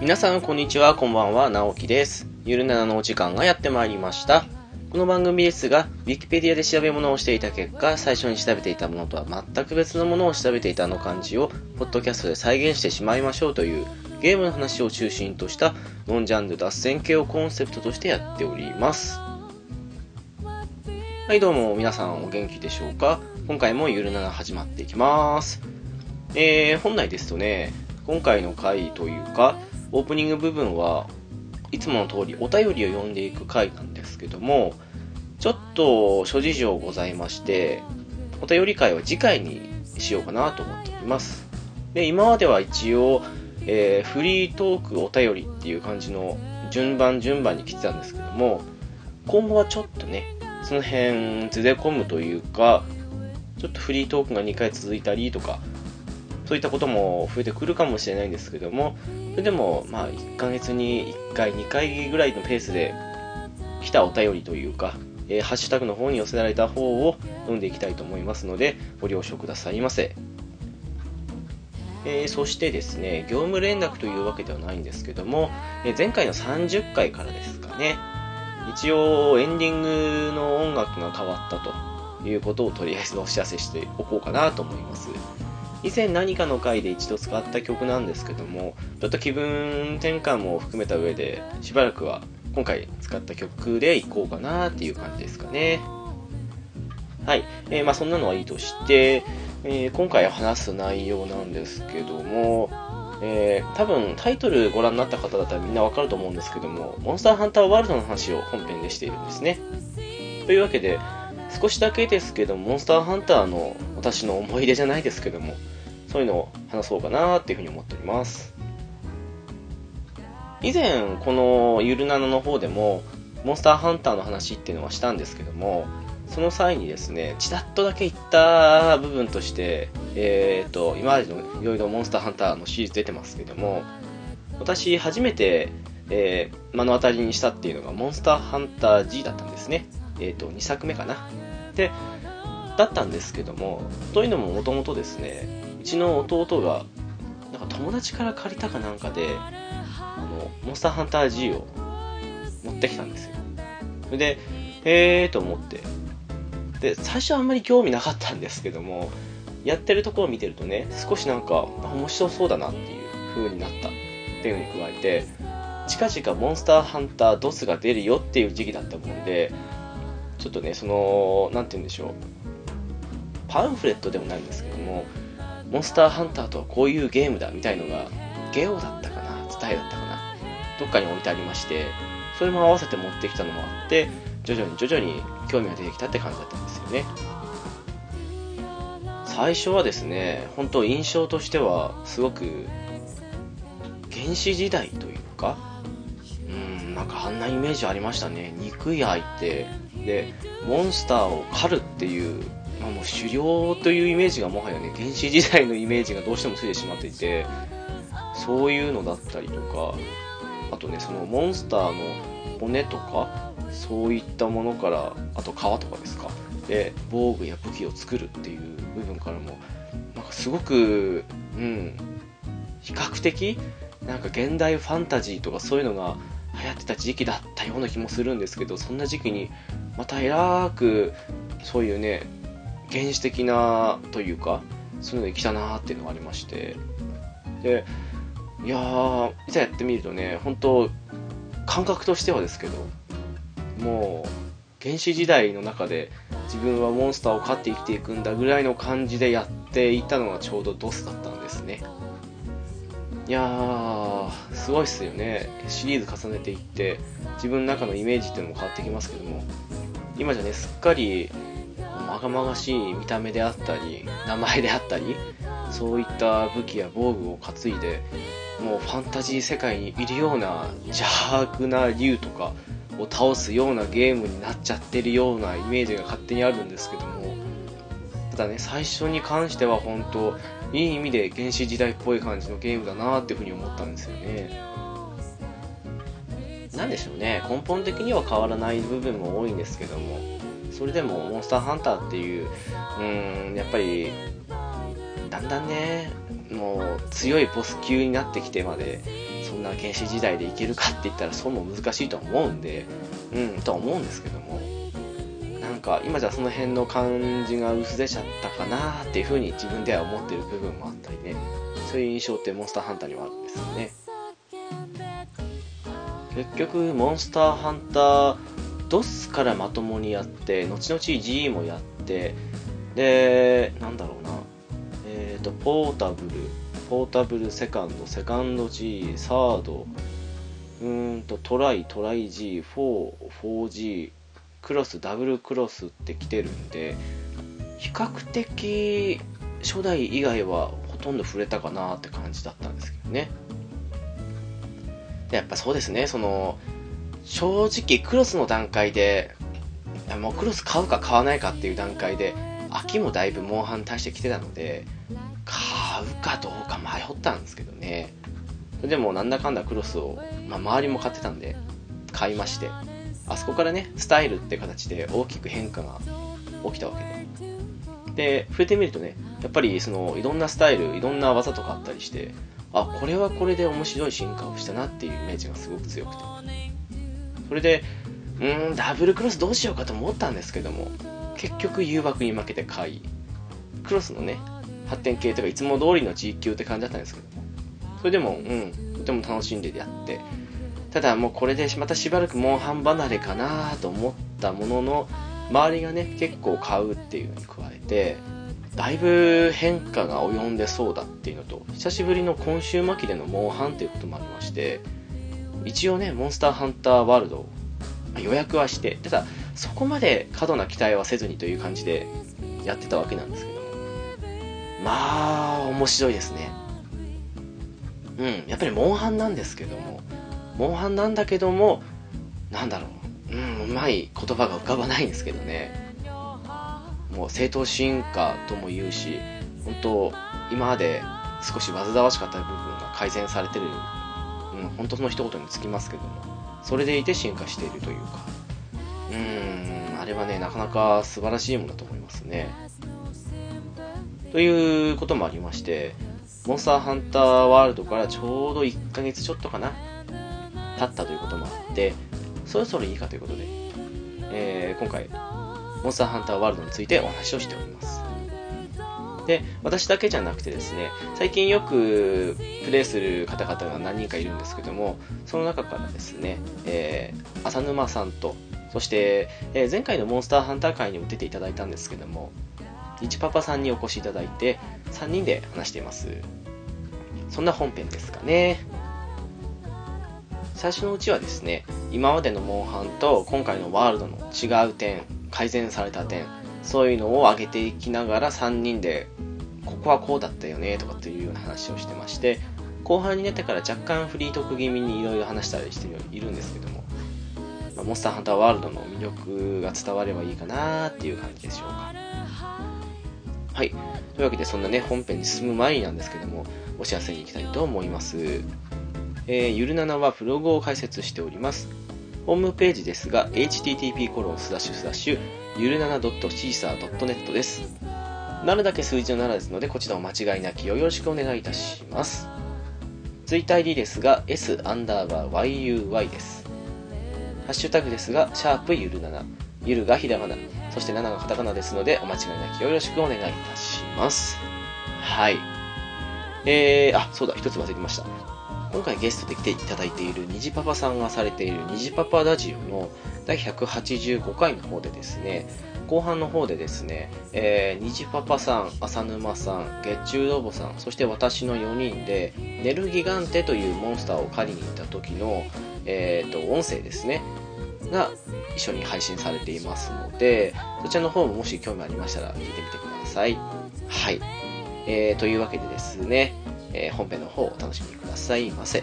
皆さんこんにちはこんばんは直樹ですゆるななのお時間がやってまいりましたこの番組ですが Wikipedia で調べ物をしていた結果最初に調べていたものとは全く別のものを調べていたあの感じをポッドキャストで再現してしまいましょうというゲームの話を中心としたノンジャンル脱線系をコンセプトとしてやっておりますはいどうも皆さんお元気でしょうか今回もゆるなな始まっていきますえー、本来ですとね今回の回というかオープニング部分はいつもの通りお便りを読んでいく回なんですけどもちょっと諸事情ございましてお便り会は次回にしようかなと思っておりますで今までは一応、えーフリートークお便りっていう感じの順番順番に来てたんですけども今後はちょっとねその辺ずれ込むというかちょっとフリートークが2回続いたりとかそういったことも増えてくるかもしれないんですけどもそれでもまあ1ヶ月に1回2回ぐらいのペースで来たお便りというか、えーハッシュタグの方に寄せられた方を読んでいきたいと思いますのでご了承くださいませ、えーそしてですね業務連絡というわけではないんですけども、えー前回の30回からですかね一応エンディングの音楽が変わったということをとりあえずお知らせしておこうかなと思います以前何かの回で一度使った曲なんですけどもちょっと気分転換も含めた上でしばらくは今回使った曲でいこうかなっていう感じですかねはい、えーまあそんなのはいいとして、えー今回話す内容なんですけども、えー多分タイトルご覧になった方だったらみんなわかると思うんですけどもモンスターハンターワールドの話を本編でしているんですねというわけで少しだけですけどモンスターハンターの私の思い出じゃないですけどもそういうのを話そうかなっていうふうに思っております以前このゆるなのの方でもモンスターハンターの話っていうのはしたんですけどもその際にですねちらっとだけ言った部分としてえっ、と今までのいろいろモンスターハンターのシリーズ出てますけども私初めて、えー目の当たりにしたっていうのがモンスターハンター G だったんですねえっ、と2作目かなでだったんですけどもというのももともとですねうちの弟がなんか友達から借りたかなんかであのモンスターハンター G を持ってきたんですよそれでえーと思ってで最初はあんまり興味なかったんですけどもやってるところを見てるとね少しなんかあ面白そうだなっていう風になったっていうのに加えて近々モンスターハンタードスが出るよっていう時期だったもんでちょっとねその何て言うんでしょうパンフレットでもないんですけどもモンスターハンターとはこういうゲームだみたいのがゲオだったかなツタヤだったかなどっかに置いてありましてそれも合わせて持ってきたのもあって徐々に徐々に興味が出てきたって感じだったんですよね最初はですね本当印象としてはすごく原始時代というかうんなんかあんなイメージありましたね憎い相手でモンスターを狩るっていうまあ、もう狩猟というイメージがもはやね原始時代のイメージがどうしてもついてしまっていてそういうのだったりとかあとねそのモンスターの骨とかそういったものからあと皮とかですかで防具や武器を作るっていう部分からもなんかすごくうん比較的なんか現代ファンタジーとかそういうのが流行ってた時期だったような気もするんですけどそんな時期にまた偉くそういうね原始的なというかそういうのに来たなーっていうのがありましてでいやーいざやってみるとね本当感覚としてはですけどもう原始時代の中で自分はモンスターを飼って生きていくんだぐらいの感じでやっていたのがちょうどドスだったんですねいやーすごいっすよねシリーズ重ねていって自分の中のイメージっていうのも変わってきますけども今じゃねすっかりまがまがしい見た目であったり名前であったりそういった武器や防具を担いでもうファンタジー世界にいるような邪悪な竜とかを倒すようなゲームになっちゃってるようなイメージが勝手にあるんですけどもただね最初に関しては本当いい意味で原始時代っぽい感じのゲームだなっていうふうに思ったんですよねなんでしょうね根本的には変わらない部分も多いんですけどもそれでもモンスターハンターっていううーんやっぱりだんだんねもう強いボス級になってきてまでそんなあ原始時代でいけるかって言ったらそうも難しいとは思うんでうんとは思うんですけどもなんか今じゃその辺の感じが薄れちゃったかなっていうふうに自分では思ってる部分もあったりねそういう印象ってモンスターハンターにはあるんですよね結局モンスターハンタードスからまともにやって後々 G もやってでなんだろうなえっ、とポータブルポータブルセカンドセカンド G サードうーんとトライトライ G44G クロスダブルクロスって来てるんで比較的初代以外はほとんど触れたかなって感じだったんですけどねでやっぱそうですねその正直クロスの段階でいやもうクロス買うか買わないかっていう段階で秋もだいぶモンハン対してきてたので買うかどうか迷ったんですけどねでもなんだかんだクロスを、まあ、周りも買ってたんで買いましてあそこからねスタイルって形で大きく変化が起きたわけでで触れてみるとねやっぱりそのいろんなスタイルいろんな技とかあったりしてあこれはこれで面白い進化をしたなっていうイメージがすごく強くてそれでうーんダブルクロスどうしようかと思ったんですけども結局誘惑に負けて買いクロスのね発展系とかいつも通りの G 級って感じだったんですけどもそれでもうんとても楽しんでやってただもうこれでまたしばらくモンハン離れかなと思ったものの周りがね結構買うっていうのに加えてだいぶ変化が及んでそうだっていうのと久しぶりの今週末期でのモンハンっていうこともありまして一応ねモンスターハンターワールドまあ予約はしてただそこまで過度な期待はせずにという感じでやってたわけなんですけどもまあ面白いですねうんやっぱりモンハンなんですけどもモンハンなんだけどもなんだろううんうまい言葉が浮かばないんですけどねもう正当進化とも言うし本当今まで少し煩わしかった部分が改善されてる、うん、本当その一言につきますけどもそれでいて進化しているというかうーんあれはねなかなか素晴らしいものだと思いますねということもありましてモンスターハンターワールドからちょうど1ヶ月ちょっとかな経ったということもあってそろそろいいかということで、えー今回モンスターハンターワールドについてお話をしておりますで私だけじゃなくてですね最近よくプレイする方々が何人かいるんですけどもその中からですね、えー浅沼さんとそして、えー前回のモンスターハンター会にも出ていただいたんですけども一パパさんにお越しいただいて3人で話していますそんな本編ですかね最初のうちはですね今までのモンハンと今回のワールドの違う点改善された点そういうのを上げていきながら3人でここはこうだったよねとかっていうような話をしてまして後半になってから若干フリートーク気味にいろいろ話したりしているんですけども、まあモンスターハンターワールドの魅力が伝わればいいかなっていう感じでしょうかはいというわけでそんなね本編に進む前になんですけどもお知らせに行きたいと思いますえーゆるななはブログを開設しております。ホームページですが、http コロンスダッシュスダッシュゆるなな .caesar.net です。なるだけ数字の7ですので、こちらも間違いなきようよろしくお願いいたします。ツイッター ID ですが、s アンダーバー yuy です。ハッシュタグですが、シャープゆるなな、ゆるがひらがな、そして7がカタカナですので、お間違いなきようよろしくお願いいたします。はい。えー、あ、そうだ、一つ忘れてました。今回ゲストで来ていただいているにじパパさんがされているにじパパラジオの第185回の方でですね後半の方でですね、えー、にじパパさん、浅沼さん、月中ロボさん、そして私の4人で、ネルギガンテというモンスターを狩りに行った時の、えー、と音声ですね、が一緒に配信されていますので、そちらの方ももし興味ありましたら聞いてみてください。はい。えー、というわけでですね、えー本編の方をお楽しみくださいませ。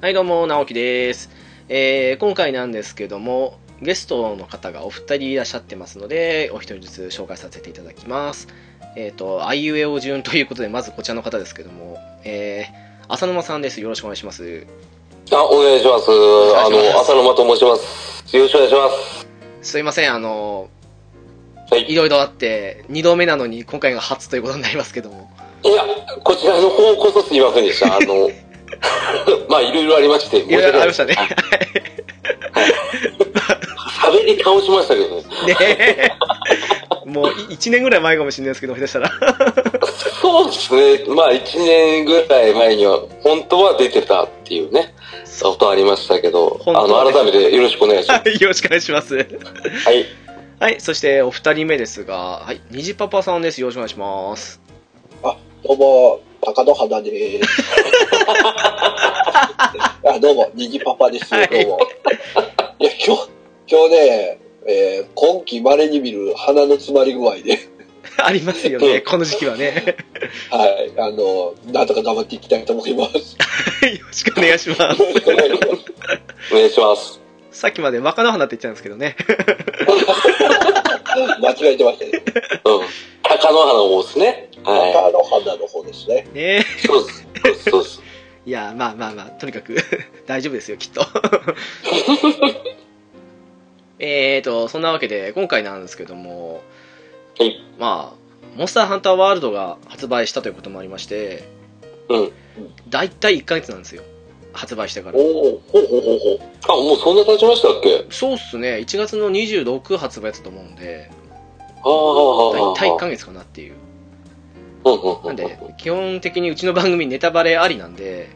はい、どうも、直樹です。えー今回なんですけども、ゲストの方がお二人いらっしゃってますので、お一人ずつ紹介させていただきます。えっ、と、あいうえお順ということで、まずこちらの方ですけども、えー浅沼さんです。よろしくお願いします。あ、お願いします。願いあしますの、浅沼と申します。よろしくお願いします。すいません、あの、はいい。ろいろあって、二度目なのに今回が初ということになりますけども。いや、こちらの方こそすいませんでした。あの、 まあ、いろいろありまして、申いろいろありました訳ね。ない 喋り倒しましたけどね。ねえもう1年ぐらい前かもしれないですけど、下手したら。そうですね。まあ、1年ぐらい前には、本当は出てたっていうね、ことありましたけど、あ本当はねの、改めてよろしくお願いしまはいよろしくお願いします。 す。はい。はい、そしてお二人目ですが、はい、虹パパさんです。よろしくお願いします。 あ、どうも、高野花です。あどうも、にぎパパです。どはいうも。いや、今日、今日ね、えー今季稀に見る鼻の詰まり具合で、ありますよね、この時期はね。はい、あの、なんとか頑張っていきたいと思 います。はいよろしくお願いしまよろしくお願いしお願いし ます。す。さっきまで若菜花って言ってたんですけどね。ます。間違えてましたね。うん。高野花の方ですね。は高野花の方ですね。ねい。そうです。そうですそうです。いや、まあまあまあ、とにかく 大丈夫ですよ、きっ と。えーと、そんなわけで、今回なんですけども、はいまあ、モンスターハンターワールドが発売したということもありまして、うん。だいたい1ヶ月なんですよ。発売してからお。おほうほうほうほう。あ、もうそんな経ちましたっけそうっすね、1月の26発売だったと思うんで、ああ、大体1ヶ月かなっていう。うんうんうん。なんで、基本的にうちの番組ネタバレありなんで、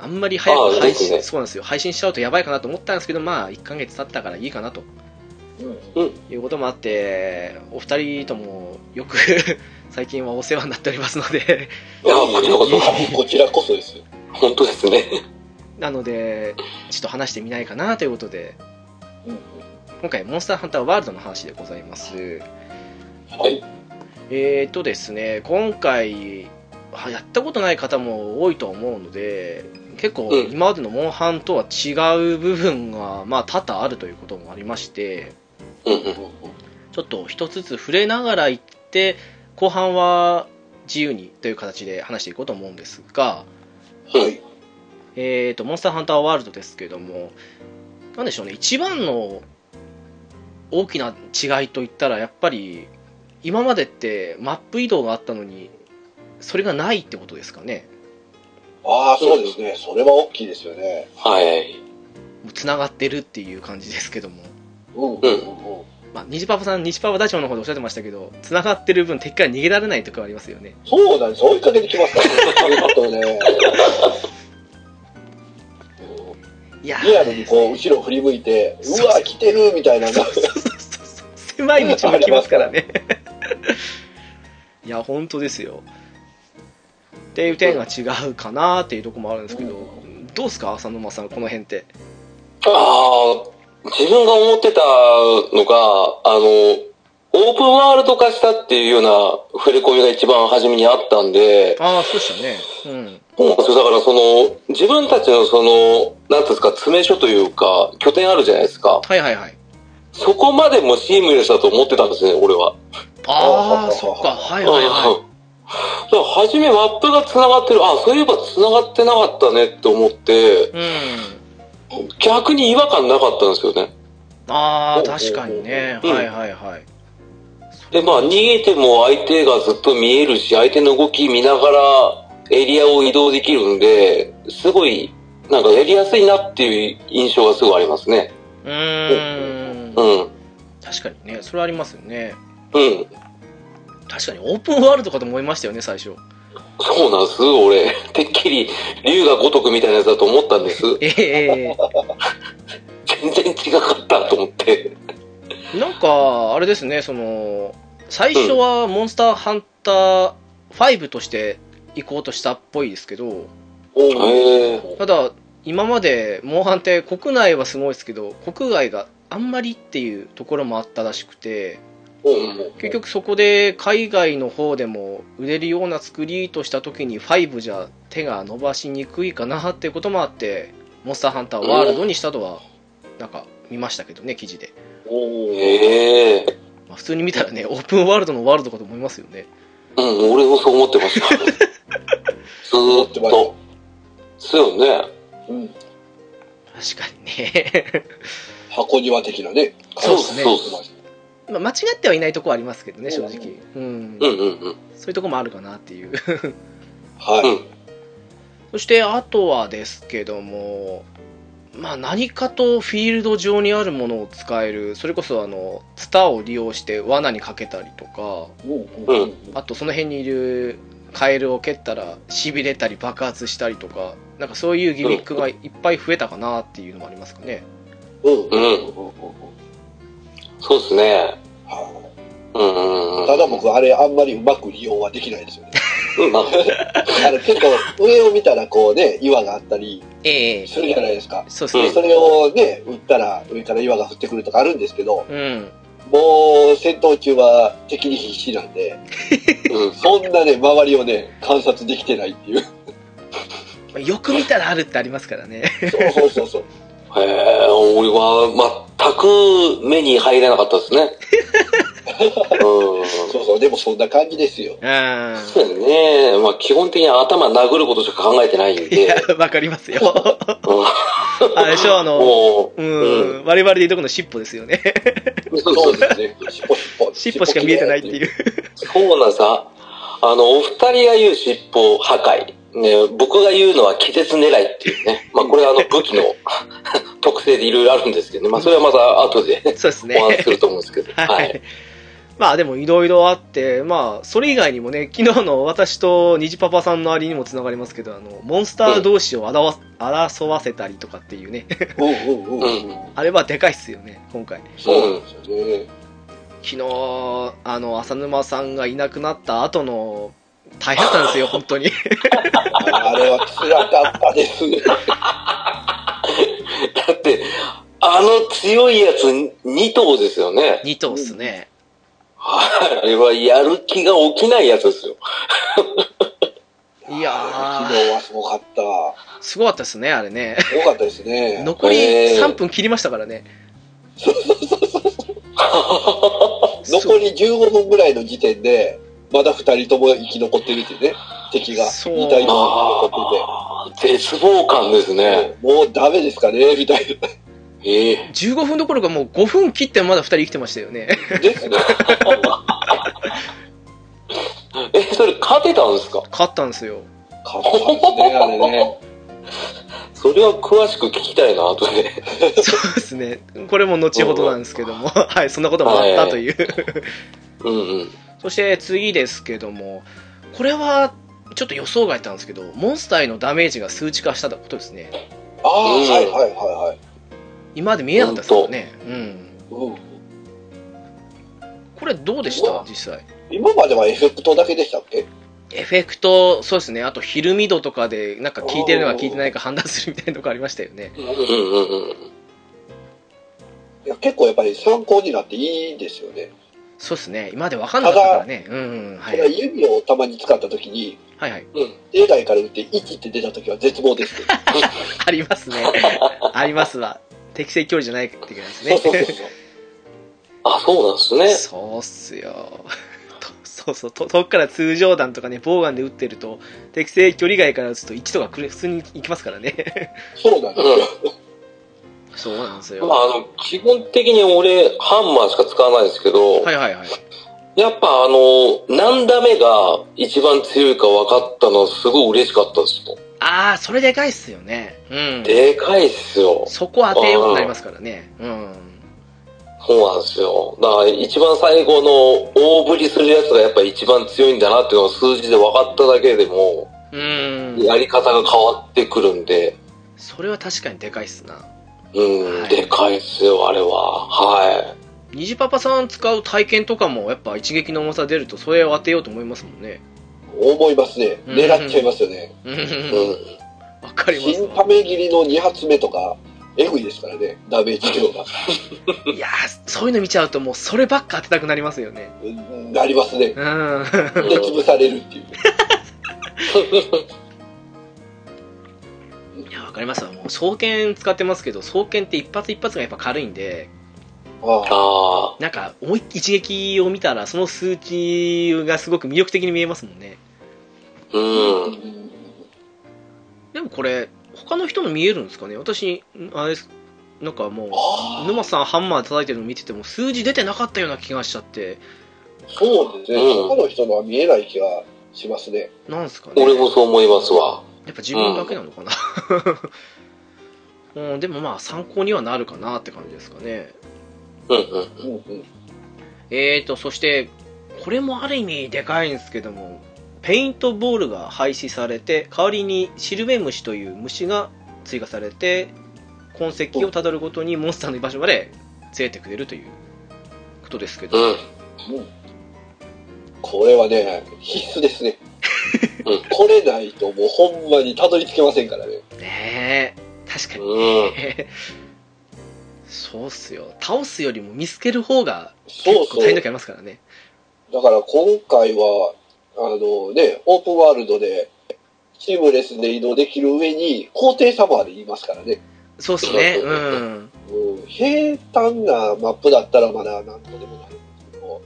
あんまり早くあ配です信、ねそうなんですよ、配信しちゃうとやばいかなと思ったんですけど、まあ、1ヶ月経ったからいいかなとうんいうこともあって、お二人ともよく 最近はお世話になっておりますので、 いや、こちらこそ、こちらこそです。本当ですね。なので、ちょっと話してみないかなということで、うん今回、モンスターハンターワールドの話でございます。はい。えーとですね、今回、はやったことない方も多いと思うので、結構うん今までのモンハンとは違う部分が、まあ、多々あるということもありまして、うんうん。ちょっと一つずつ触れながら行って、後半は自由にという形で話していこうと思うんですが、はい。えーと、モンスターハンターワールドですけども、なんでしょうね、一番の大きな違いといったら、やっぱり、今までってマップ移動があったのに、それがないってことですかね。ああ、そうですね。それは大きいですよね。はい。もう繋がってるっていう感じですけども。うん。うんん。まあ、虹パパさん、虹パパダチョウの方でおっしゃってましたけど、繋がってる分、敵から逃げられないとかありますよね。そうなんです。追いかけてきますからね。ちょっとね。いやーリアルにこう、後ろ振り向いて、うわ、来てるみたいなのが。そうそうそう狭い道も来ますからね いや本当ですよっていう点が違うかなっていうとこもあるんですけど、どうですか浅沼さんこの辺ってああ、自分が思ってたのが、あの、オープンワールド化したっていうような触れ込みが一番初めにあったんで、ああそうでしたねうんそうなんですよだからその、自分たちのその、なんていうんですか、詰め所というか、拠点あるじゃないですか。はいはいはいそこまでもシームレスだと思ってたんですね、俺は。ああそっかはいはいはだから初めマップが繋がってる。あ、そういえば繋がってなかったねって思って、いうん逆に違和感なかったんですよね。ああ確かにね、うんはいはいはいで、まあ逃げても相手がずっと見えるし、相手の動き見ながらエリアを移動できるんで、すごい、なんかやりやすいなっていう印象がすごいありますね。うーんうん。確かにねそれはありますよねうん。確かにオープンワールドかと思いましたよね最初そうなんです、俺。 てっきり、竜が如くみたいなやつだと思ったんです。ええ全然違かったと思って。なんか、あれですね、その、最初はモンスターハンター5として行こうとしたっぽいですけど、おへえ。ただ、今までモンハンって国内はすごいですけど、国外があんまりっていうところもあったらしくて、うん。結局そこで海外の方でも売れるような作りとした時に5じゃ手が伸ばしにくいかなっていうこともあってモンスターハンターワールドにしたとはなんか見ましたけどね記事で、おーええまあ、普通に見たらねオープンワールドのワールドかと思いますよねうん、俺もそう思ってました。ず思ーっってましたと。そうよね。うん、確かにね 箱庭的なねそうっですねそうっすすまあ間違ってはいないとこはありますけどね正直うんうんうんうん。そういうとこもあるかなっていう はい、うんそしてあとはですけども、まあ、何かとフィールド上にあるものを使えるそれこそあのツタを利用して罠にかけたりとかうんうんうんあとその辺にいるカエルを蹴ったらしびれたり爆発したりとかなんかそういうギミックがいっぱい増えたかなっていうのもありますかねうんうんうん。そうですね。はうんうんういん。ただ僕あれあんまりうまく利用はできないですよねうん、まあ、あの結構上を見たらこうね岩があったりええするじゃないですかそううでですそねれをね打ったら上から岩が降ってくるとかあるんですけどうんもう戦闘中は敵に必死なんでうん。そんなね周りをね観察できてないっていうまあよく見たらあるってありますからねそうそうそうそうええ俺は全く目に入らなかったですね。うん。そうそうでもそんな感じですよ うんそうだよね。まあ、基本的に頭殴ることしか考えてないんいやで。わかりますよあれでしょあうん、のもう、うん我々でいうとこの尻尾ですよねそうですね尻尾尻尾尻尾しか見えてないってういう。そうなんさ、あの、お二人が言う尻尾破壊。ね、僕が言うのは気絶狙いっていうね。まあ、これは あの武器の 特性でいろいろあるんですけどね。まあ、それはまた後でそうですねお。話しすると思うんですけど。 ははいい。。まあでもいろいろあって、まあそれ以外にもね、昨日の私と虹パパさんのありにもつながりますけど、あの、モンスター同士を表す争わせたりとかっていうね、 んうんうんうんあれはでかいっすよね、今回。そうなんですよね昨日、あの、浅沼さんがいなくなった後の、大変だったんですよ、本当 に。あれは辛かったですねだって、あの強いやつ2頭ですよね。 2頭っすね。はいあれはやる気が起きないやつですよ。いや昨ー、日はすごかった。すごかったっすね、あれね。すごかったですね。残りえー3分切りましたからね。残り15分ぐらいの時点で、まだ2人とも生き残ってるっていうね、敵が。そう2体とも生き残ああ、絶望感ですってね。て。もうダメですかねみたいええ15分どころかもう5分切ってまだ2人生きてましたよね。 な。ですね。 え、それ勝てたんですか勝ったんですよ。かっこいいですね、あれね。それは詳しく聞きたいな、後で。そうですね。これも後ほどなんですけども、はい、そんなこともあったという。うんうん。そして次ですけども、これはちょっと予想外だったんですけど、モンスターへのダメージが数値化したことですね。ああ、うんはいはいはいはい。今まで見えなかったですよね。うん。うんこれどうでしうたわ実際。今まではエフェクトだけでしたっけエフェクト、そうですね。あと、ひるみ度とかで、なんか効いてるのか効いてないか判断するみたいなとこありましたよね。うんうんうん。いや結構やっぱり参考になっていいですよね。そうですね。今までわかんなかったからね。うんうん。はこいれは。はい指をたまに使った時に、はいはい。うん。例外から打って1って出た時は絶望ですね。 ありますね。ありますわ。適正距離じゃないといけないですそうね。そうそうそう。あ、そうなんですね。そうっすよ。とそうそうと、遠くから通常弾とかね、ボウガンで撃ってると、適正距離外から撃つと1とかくれ普通に行きますからね。そうなんですよ。そうなんですうよ。ん。まあ、あの、基本的に俺、ハンマーしか使わないですけど、はいはいはい。やっぱあの、何打目が一番強いか分かったのはすごい嬉しかったですもん。あー、それでかいっすよね。うん。でかいっすよ。そこ当てようになりますからね。うん。そうなんですよ。だから一番最後の大振りするやつがやっぱ一番強いんだなっていうのを数字で分かっただけでも、うん。やり方が変わってくるんで、それは確かにでかいっすな。うん、はいでかいっすよ、あれは。は虹パパさん使う体験とかも、やっぱ一撃の重さ出ると、それを当てようと思いますもんね。思いますね。うん狙っちゃいますよね。うん。い。うん。わかります新わ。ため切りの2発目とか、エグいですからね、ダメージ 量が。いやーそういうの見ちゃうともうそればっか当てたくなりますよねうんなりますね。うんで、潰されるっていう。 いやわかりますわもう双剣使ってますけど双剣って一発一発がやっぱ軽いんであああなんか思いっきり一撃を見たらその数値がすごく魅力的に見えますもんねーうん。でもこれ他の人の見えるんですかね私あれですなんかもうあー沼さんハンマー叩いてるの見てても数字出てなかったような気がしちゃってそうですね、うん他の人のは見えない気がしますね。なんですかね俺もそう思いますわ。やっぱ自分だけなのかな、 うんでもまあ参考にはなるかなって感じですかねうんうん。うんうん。えーとそしてこれもある意味でかいんですけどもペイントボールが廃止されて代わりにシルベムシという虫が追加されて痕跡をたどるごとにモンスターの居場所まで連れてくれるということですけど、うん。これはね、必須ですね。うんこれないともうほんまにたどり着けませんからね。ねえ確かにうん。ねそうっすよ倒すよりも見つける方がそう結構そ大う。変なだ時ありますからねから今回は、あのね、オープンワールドで、シームレスで移動できる上に、高低差もありますからね。そうっすねそううそうそうんうん、平坦なマップだったらまだなんとでもなるんですけど、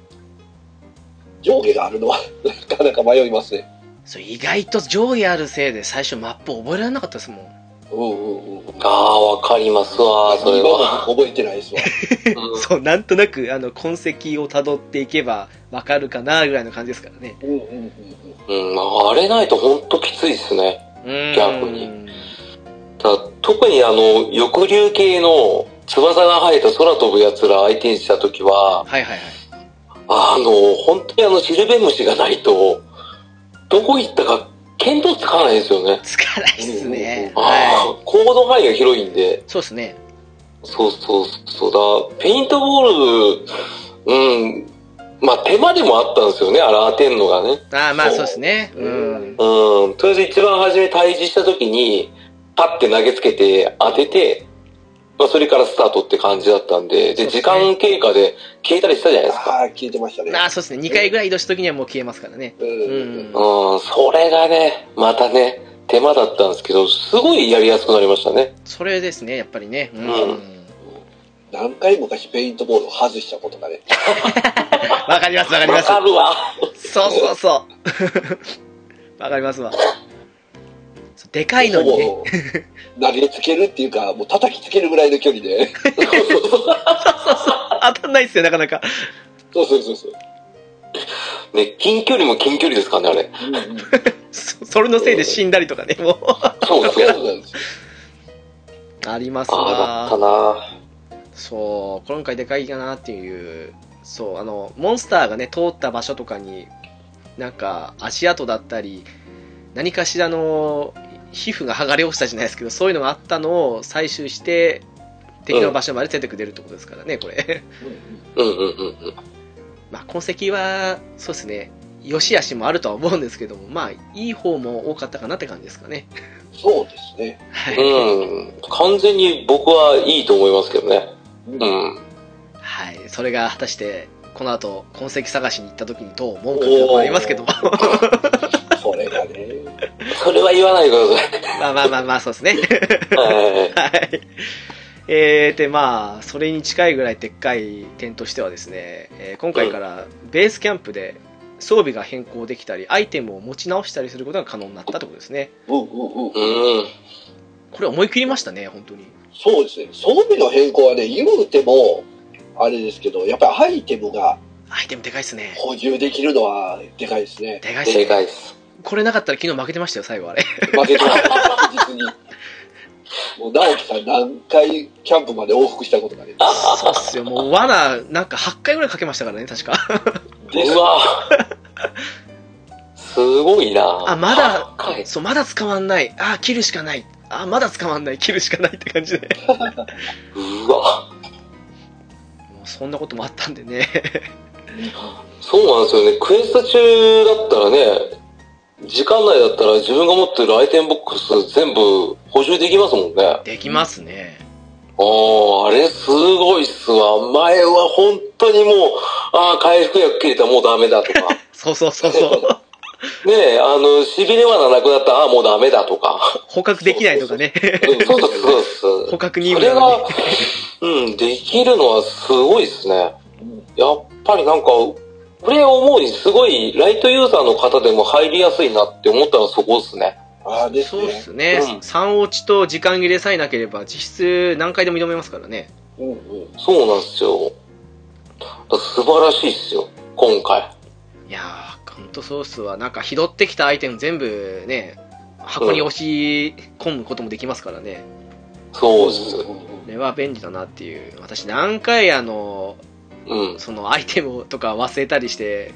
上下があるのは なかなか迷いますね。そう意外と上下あるせいで最初マップ覚えられなかったですもん、うんうんうん。ああ、わかりますわ、それ今まは。で覚えてないですわ。うんそうなんとなくあの痕跡をたどっていけばわかるかなぐらいの感じですからねうんうんうんうん。 うん。まああれないとほんときついっすね。うん逆にだ特にあの、翼竜系の翼が生えた空飛ぶ奴ら相手にした時は、はいはいはいあの、本当にあの、シルベムシがないと、どこ行ったか見当つかないですよね。つかないっすね、うんはいああ、行動範囲が広いんで。そうっすねそうそうそうだ。ペイントボール、うん、まあ手間でもあったんですよね、あれ当てんのがね。ああまあそうそうっすねううんんうん、とりあえず一番初め退治した時に、パッて投げつけて当てて、まあそれからスタートって感じだったんで、で、そうですね時間経過で消えたりしたじゃないですか。ああ、聞いてましたね。ああそうっすね2回ぐらい移動した時にはもう消えますからねうんうんうん。うん、それがね、またね、手間だったんですけど、すごいやりやすくなりましたね。それですねやっぱりねうん、う何回も昔ペイントボールを外したことがね。わかりますわかりまわすかるわ。そうそうそう わかりますわそうでかいのにねほぼ投げつけるっていうか、もう叩きつけるぐらいの距離で。当たんないっすよなかなか そうそうそうそう。ね、近距離も近距離ですからね、あれ。うんうん、そそれのせいで死んだりとかね、もそうそそうう。なんですよ。う。ありますああ、だったわ。な。そう、今回でかいかなっていう。そう、あの、モンスターがね、通った場所とかに、なんか、足跡だったり、何かしらの皮膚が剥がれ落ちたじゃないですけど、そういうのがあったのを採集して、敵の場所まで連れてくれるってことですからね、これ。うんうんうんうん。まあ、痕跡は、そうですね、良し悪しもあるとは思うんですけども、まあ、いい方も多かったかなって感じですかね。そうですね。はい。うん、完全に僕はいいと思いますけどね。うんうん。はい、それが果たしてこの後痕跡探しに行った時にどう思うかというのもありますけどもそれがね。それは言わないでください。まあまあまあまあそうですねはいはいえー、でまあそれに近いぐらいでっかい点としてはですね、えー今回からベースキャンプで装備が変更できたりアイテムを持ち直したりすることが可能になったってことですねうんうんうん。うん。これ思い切りましたね本当にそうですね。装備の変更はね、言うても、あれですけど、やっぱりアイテムがアイテムでかいっすね補充できるのはでかいですね。でかいっす正ね解です。これなかったら昨日負けてましたよ最後あれ負けてます、確実に。もう直樹さん何回キャンプまで往復したことがね。そうっすよもう罠なんか8回ぐらいかけましたからね確かうわすごいなあ、まだ高い、そう、まだ捕まんない。あ、切るしかない。あ、まだ捕まんない。切るしかないって感じで。うわもうそんなこともあったんでね。そうなんですよね。クエスト中だったらね、時間内だったら自分が持ってるアイテムボックス全部補充できますもんね。できますね。ああ、あれすごいっすわ。前は本当にもう、ああ、回復薬切れたもうダメだ とか。そうそうそうそう。ねえ、あの、痺れはなくなった、ああ、もうダメだとか。捕獲できないとかね。うんそうです、そうです。捕獲任そ務れなのが、うん、できるのはすごいですね。やっぱりなんか、これ思うにすごい、ライトユーザーの方でも入りやすいなって思ったのはそこですね。ああ、に。ですそうでね。すね。うん3落ちと時間切れさえなければ、実質何回でも挑めますからね。うんうん。そうなんですよ。だから素晴らしいっすよ、今回。いやー、ほんとそうっすわ。なんか拾ってきたアイテム全部ね、箱に押し込むこともできますからね。そうです。これは便利だなっていう。私何回あの、うん。そのアイテムとか忘れたりして、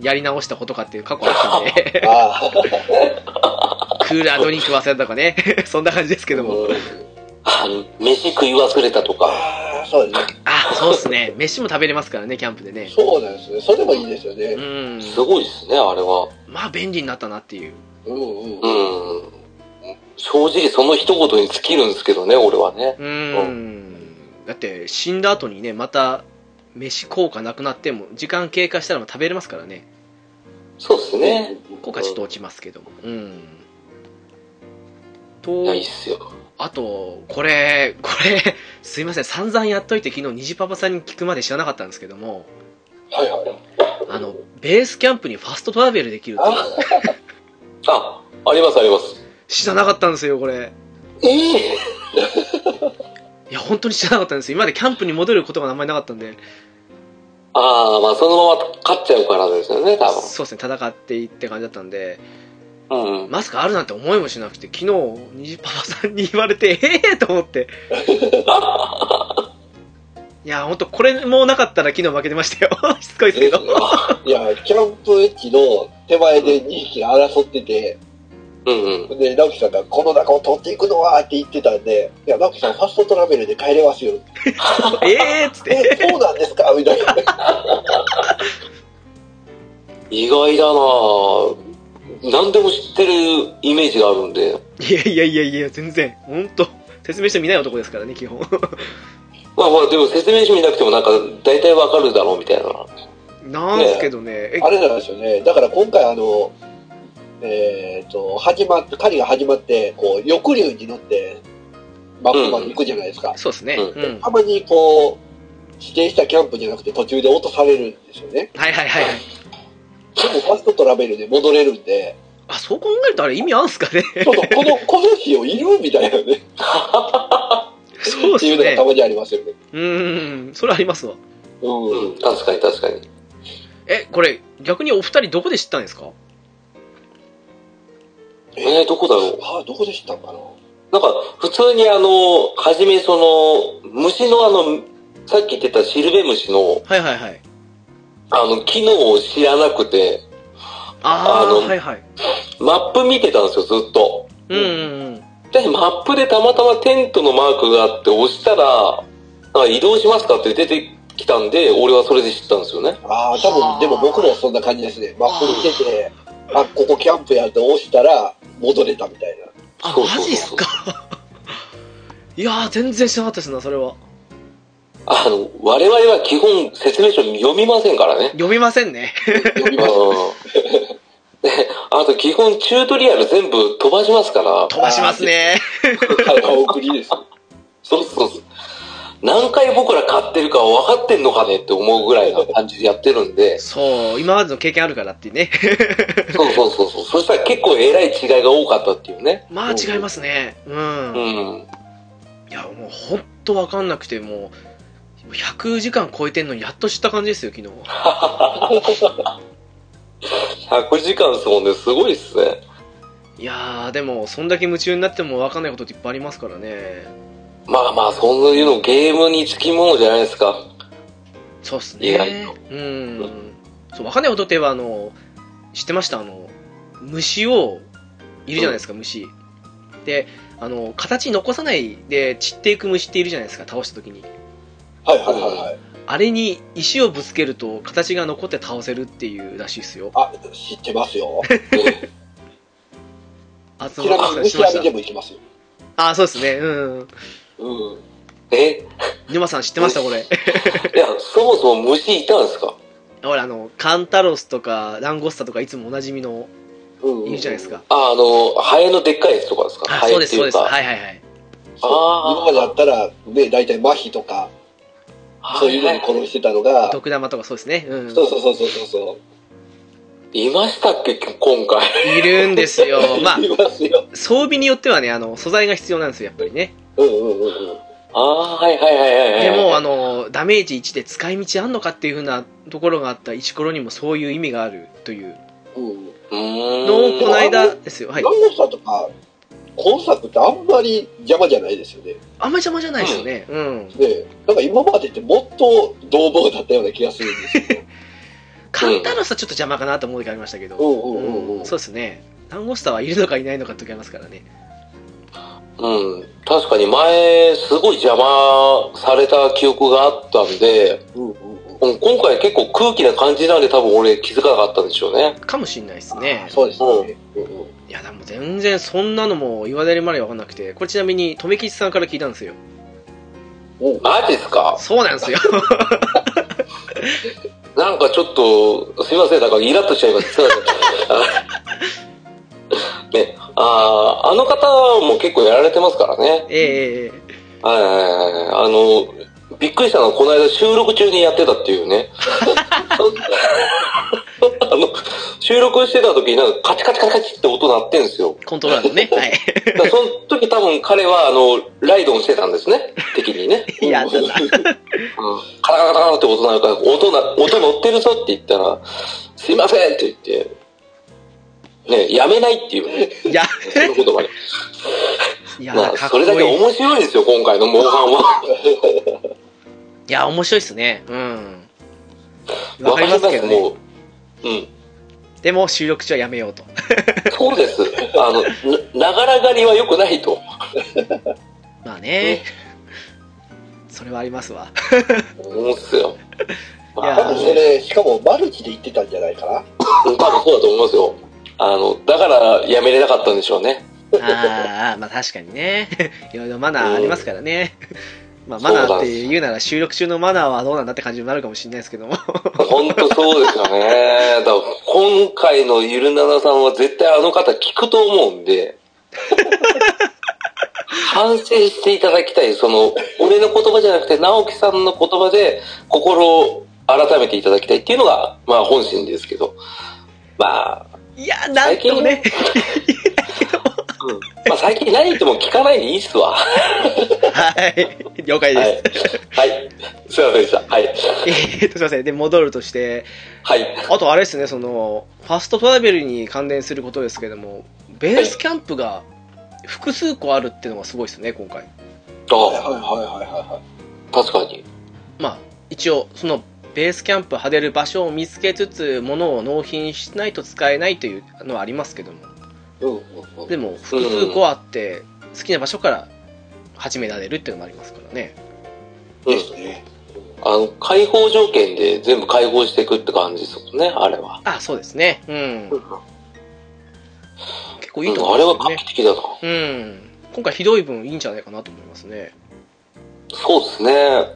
やり直したことかっていう過去あったん で、ああ、クーラードリンク忘れたとかね、 そんな感じですけども。あ飯食い忘れたとか。ああ、そうですね。あ、そうっすね。飯も食べれますからね、キャンプでね。そうなんですね。それもいいですようね。ん。すごいですね、あれは。まあ、便利になったなっていう。うんうん。うん。正直その一言に尽きるんですけどね、俺はね。うん。だって、死んだ後にね、また、飯効果なくなっても、時間経過したらもう食べれますからね。そうですね。効果ちょっと落ちますけども。うん。いとや、いいっ、すよ。あと、これ、 これ、すいません、散々やっといて昨日、虹パパさんに聞くまで知らなかったんですけども、はいはい。あの、ベースキャンプにファストトラベルできるっていうああ、ありますあります。知らなかったんですよ、これ。ええいや、本当に知らなかったんですよ。今までキャンプに戻ることがあんまりなかったんで。ああ、まあそのまま勝っちゃうからですよね、多そうですね、戦っていって感じだったんで、分。うん。まさかあるなんて思いもしなくて、昨日、虹パパさんに言われて、 ええと思って。いや、ほんと、これもなかったら昨日負けてましたよ。 しつこいですけど。いや、キャンプ地の手前で2匹争ってて、うんうん。で、直樹さんがこの中を取っていくのはって言ってたんで、いや、直樹さんファストトラベルで帰れますよ。ええっつって。え、そうなんですかみたいな。意外だなぁ何でも知ってるイメージがあるんで。いやいやいやいや、全然。ほんと、説明してみない男ですからね、基本。 まあまあ、でも説明書見なくてもなんか大体わかるだろうみたいな。なんすけどね。えあれなんですよね。だから今回あの、えっ、と、始まって、狩りが始まって、こう、抑流に乗って、マップまで行くじゃないですか。そうですね。ううん。たまにこう、指定したキャンプじゃなくて途中で落とされるんですよね。はいはいはいはい。でもファストトラベルで戻れる んで、あ、そう考えるとあれ意味あんすかね。ちょっとこの、この日をいるみたいなね。 そうっっていすうのがねた。まにありますよね。うーん、それありますわ。うん。うん、確かに確かに。え、これ、逆にお二人どこで知ったんですかえー、どこだろう。ああ、どこでしたんかななんか、普通にあの、はじめその、虫のあの、さっき言ってたシルベ虫の、はいはいはい。あの、機能を知らなくて、ああー、のはいはい。マップ見てたんですよ、ずっと。うんうんうん。で、マップでたまたまテントのマークがあって押したら、あ移動しますかって出てきたんで、俺はそれで知ったんですよね。ああ、多はあ分、でも僕もそんな感じですね。マップ見てて、あ、ここキャンプやって押したら、戻れたみた いな。あ、そうそうそうマジっすか。 いやー、全然知らなかったですな、それは。あの、我々は基本説明書読みませんからね。読みません ね。読みうんまし。で、あと基本チュートリアル全部飛ばしますから。飛ばしますね。た。はい、お送りです。そうそうそう。何回僕ら買ってるか分かってんのかねって思うぐらいの感じでやってるんで。そう、今までの経験あるからっていうね。そうそうそうそう。そしたら結構えらい違いが多かったっていうね。まあ違いますね。うん。うん。いや、もう本当わかんなくて、もう、100時間超えてんのにやっと知った感じですよ、昨日。 100時間っすもんね。すごいっすね。いやー、でも、そんだけ夢中になってもわかんないことっていっぱいありますからね。まあまあ、そういうのゲームにつきものじゃないで すか。そうっす意外ね。うん。そう、わかんないことって言えば、あの、知ってましたあの、虫を、いるじゃないですか、虫。で、あの、形残さないで散っていく虫っているじゃないですか、倒した時に。はいはいはいはい。あれに石をぶつけると形が残って倒せるっていうらしいですよ。あ、知ってます よ。あ、そちなみに、知虫ってまし網たでも行きますよ。あ、そうですね。うん。うん。え沼さん知ってましたこれ いや、そもそも虫いたんですかほらあのカンタロスとかランゴスタとかいつもおなじみのうんいるじゃないですか、あ、あの、ハエのでっかいやつとかですかあハエそうでってすそうでいうすか。はいはいはいあ今までだったら、ね、大体麻痺とか、あそういうのに殺してたのが、毒玉とかそうですねうんそうそうそうそうそうそいましたっけ、今回。いるんですよ まあう。いますよ。装備によってはねあの素材が必要なんですよやっぱりねうんうんうんうん。ああ、はいはいはいはいはい。でもうあのダメージ1で使い道あんのかっていうふうなところがあった石ころにもそういう意味があるといううん、うーんのをこの間ですよはいランゴスターとか、今作ってあんまり邪魔じゃないですよね。あんま邪魔じゃないですよねうんねなんか今までってもっと獰猛だったような気がするんですけ簡単なさちょっと邪魔かなと思う時ありましたけど、ど。うんうんうんうん。そうですねランゴスターはいるのかいないのかって時ありますからねうん。確かに前、すごい邪魔された記憶があったんで、うんうんうんうん今回結構空気な感じなんで多分俺気づかなかったんでしょうね。かもしんないですねそうですね。うんうんいやでも全然そんなのも言われるまで分かんなくてこれちなみに留吉さんから聞いたんですよおうマジですかそうなんですよなんかちょっと、すいません、なんかイラッとしちゃいます。すいません ね、あーあの方も結構やられてますからね。 ええええはいはいはいはい。あの、びっくりしたのは、この間収録中にやってたっていうね。 あの、収録してた時になんかカチカチカチカチって音鳴ってんですよ。コントローラーのねはい だからその時多分彼は、あの、ライドンしてたんですね。敵にね。 いやだなうんカラカラカラって音鳴るから、音な、音乗ってるぞって言ったら、すいませんって言って、ね、やめないっていうね。 いやその言葉で。いやまあ、かっそこいれだいけい面白いですよ、今回のモンハンは。や面白いっすねうん わわかりますけどねもう。うん。でも収録中はやめようとそうです。あの、なながら狩りは良くないと。まあねそれはあります わ思うんですよ。まあいや多分それ、しかもマルチで言ってたんじゃないかな。多分多分そうだと思いますよ。あの、だからやめれなかったんでしょうね。ああ、まあ確かにね。 いろいろマナーありますからね。まあマナーって言うなら収録中のマナーはどうなんだって感じになるかもしれないですけども。本当そうですよね。だから今回のゆるななさんは絶対あの方聞くと思うんで、反省していただきたい。その、俺の言葉じゃなくて、直樹さんの言葉で心を改めていただきたいっていうのが、まあ本心ですけど。まあ、 いや、なんともね。うんまあ、最近何言っても聞かないでいいっすわ。は はい。了解い。ではす。い。すいませんでした。はい。えーっと、すいません。で、戻るとして、はい。あとあれですね、その、ファストトラベルに関連することですけども、ベースキャンプが複数個あるっていうのがすごいですね、今回。はいあ、はいはいはいはい。確かに。まあ、一応、その、ベースキャンプ派出る場所を見つけつつ、物を納品しないと使えないというのはありますけども。うんうんうん。でも複数個あって好きな場所から始められるっていうのもありますからねうですん。ね。あの、解放条件で全部解放していくって感じですもんね、あれは。あそうですねうん結構いいとうん、あ思れはいます画よ期ね的だな。うん今回ひどい分いいんじゃないかなと思いますねそうですね。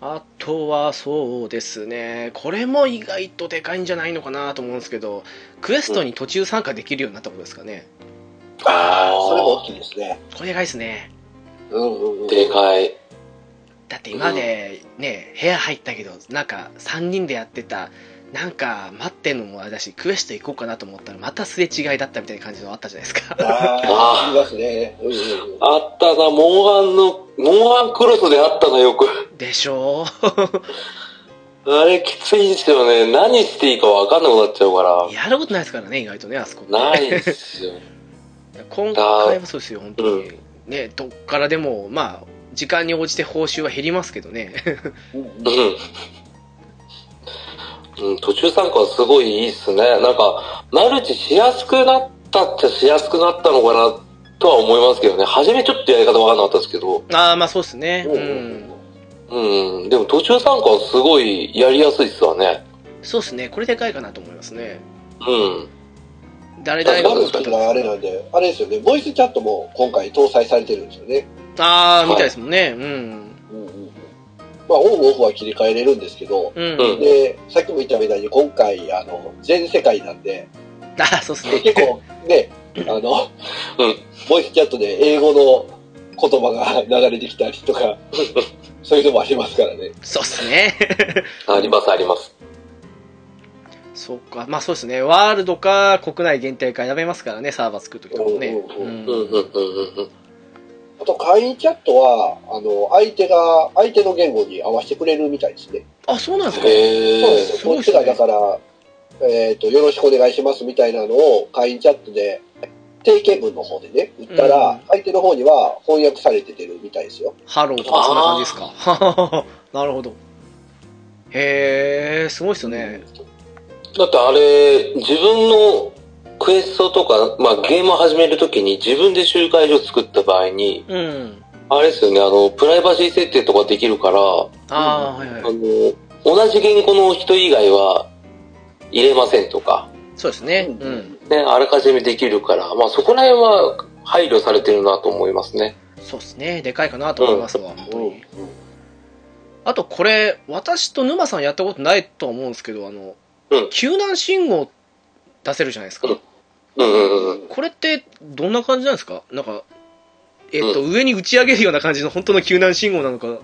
あとはそうですねこれも意外とでかいんじゃないのかなと思うんですけどクエストに途中参加できるようになったことですかねああ、それも大きいですね。これでかいですねうんうんうん。でかい。だって今までね、部屋入ったけどなんか3人でやってたなんか待ってんのもあれだしクエスト行こうかなと思ったらまたすれ違いだったみたいな感じのあったじゃないですかああ、いますね。うんうんうん。あったな、モンハンの、モンハンクロスであったのよく。 でしょあれきついんですよね。何していいかわかんなくなっちゃうからう。やることないですからね意外とねあそこないですよ。今回はそうですよ本当に、うねどっからでもまあ時間に応じて報酬は減りますけどねうんうん。うん、途中参加はすごいいいっすね。なんか、マルチしやすくなったっちゃしやすくなったのかなとは思いますけどね。初めちょっとやり方わかんなかったですけど。ああまあそうですねううんうんんうん。でも途中参加はすごいやりやすいっすわね。そうですねこれでかいかなと思いますねうん。誰バ々ルがっていうのはあれなんで、あれですよね、ボイスチャットも今回搭載されてるんですよね。ああ、みたいですもんね。うん。うんうんうんまあ、オンオフは切り替えれるんですけど、うん。うんで、さっきも言ったみたいに今回、あの、全世界なんで、 ああ、そうっすね。結構ね、あの、うんボイスチャットで英語の言葉が流れてきたりとか、そういうのもありますからね。そうっすね。 ありますあります。そうか。まあそうですね。ワールドか国内限定か選べますからね、サーバー作るときとかもね。うんううんうんんうんうんうん。あと、会員チャットは、あの、相手が、相手の言語に合わせてくれるみたいですね。あ、そうなんですか。へそうでえ。すすごよ。いこですっねちが、だから、えっ、と、よろしくお願いしますみたいなのを会員チャットで、定型文の方でね、打ったら、うん相手の方には翻訳されて出るみたいですよ。ハローとかそんな感じですか。 なるほど。へえ、すごいっすね。だってあれ、自分のクエストとか、まあゲームを始めるときに自分で集会所作った場合に、うん。あれですよね、あの、プライバシー設定とかできるから、ああ、はいあはい。の、同じ言語の人以外は入れませんとか、そうですね。うん。ね、あらかじめできるから、まあそこら辺は配慮されてるなと思いますね。そうですね。でかいかなと思いますわ、本当うんに。あとこれ、私と沼さんやったことないとは思うんですけど、あの、うん救難信号出せるじゃないですか。うんうんうんうん。これってどんな感じなんですかなんか、えっと、上に打ち上げるような感じの本当の救難信号なのか、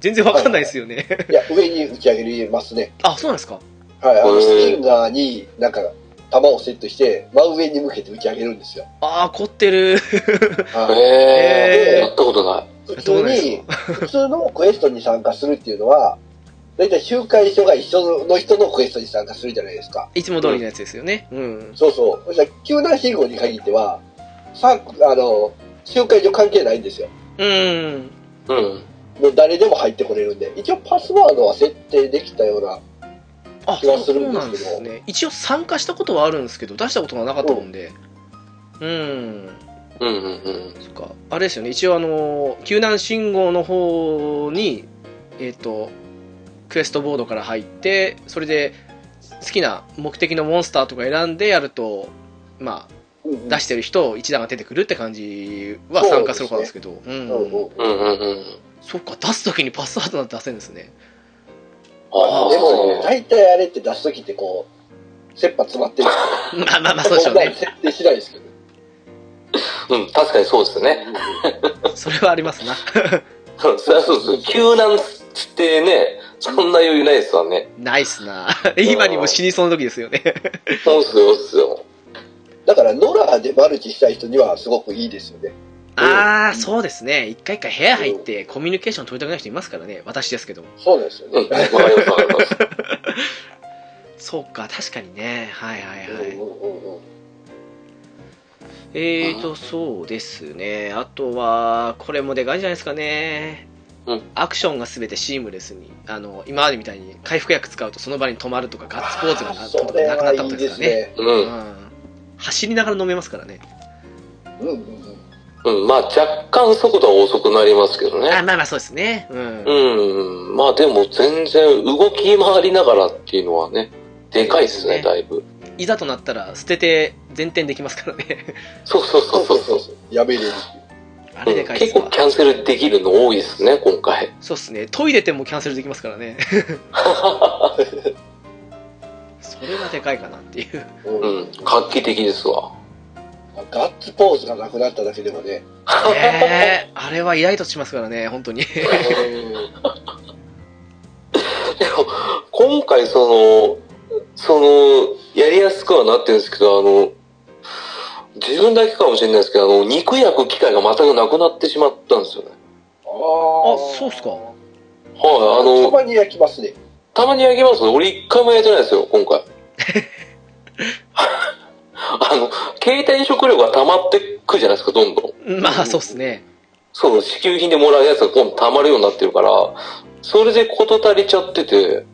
全然わかんないですよね。いや、上に打ち上げますね。あ、そうなんですかはい、あへーのスティンガーになんか弾をセットして真上に向けて打ち上げるんですよ。ああ、凝ってる。はいへえ。へーやったことない。普どう通なんにで、普通のクエストに参加するっていうのは、だいたい集会所が一緒の人のクエストに参加するじゃないですか。いつも通りのやつですよね。うん。そうそう。そしたら、救難信号に限っては、さあの、集会所関係ないんですよ。うん。うん。もう誰でも入ってこれるんで。一応パスワードは設定できたような。あ、気そがうするそうんなんでですけどすね。一応参加したことはあるんですけど、出したことがなかったもんで。うん。うんうんうん。そっか。あれですよね。一応、あの、救難信号の方に、えっ、と、クエストボードから入って、それで、好きな目的のモンスターとか選んでやると、まあ、うんうん出してる人、一段が出てくるって感じは参加するからですけど。ううんん。うんうんうんうん。そっか、出すときにパスワードなんて出せるんですね。 ああ、でそうも、ね。大体あれって出すときってこう、切羽詰まってるんですよまあまあまあ、そうでしょうこんねなの。設定しないですけど。うん、確かにそうですね。それはありますな。 うんそりゃそうです。救難つってね、そんな余裕ないですわね。ナイスな。今にも死にそうな時ですよね。そうっすよ、そうっすよ。だから、ノラでマルチしたい人にはすごくいいですよね。ああ、そうですね。一回一回部屋入ってコミュニケーション取りたくない人いますからね。私ですけど。そうなんですようん、わね。かります、わかります。そうか、確かにね。はいはいうはんい。うんうんうんえーと、そうですね。あとは、これもでかいんじゃないですかね。うんアクションが全てシームレスに。あの、今までみたいに回復薬使うとその場に止まるとか、ガッツポーズがなそとかれなくなはったいとかいでですすからね。ね。う。うんん。走りながら飲めますからね。うんうんうん。うん、まあ若干速度は遅くなりますけどあね。まあまあそうですね。うん。うん、まあでも全然動き回りながらっていうのはね、でかいですね、だいぶ。いざとなったら捨てて前転できますからね。そうそうそそううそそううそうそう。そう。やめれる。あうれんでかいっ結すわ構キャンセルできるの多いですね、今回。そうっすね。トイレでもキャンセルできますから ね。それがでかいかなっていう。ううんん、画期的ですわ。ガッツポーズがなくなっただけでもね。ねえあれはイライラしますからね、本当に。でも今回その、その、やりやすくはなってるんですけど、あの、自分だけかもしれないですけど、あの、肉焼く機会が全くなくなってしまったんですよね。ああそうっすかはい、あの、たまに焼きますね。たまに焼きます俺一回も焼いてないですよ、今 回。あの、携帯食料が溜まってくじゃないですか、どんどん。まあ、そうっすね。そう、支給品でもらうやつが今度溜まるようになってるから、それで事足りちゃってて、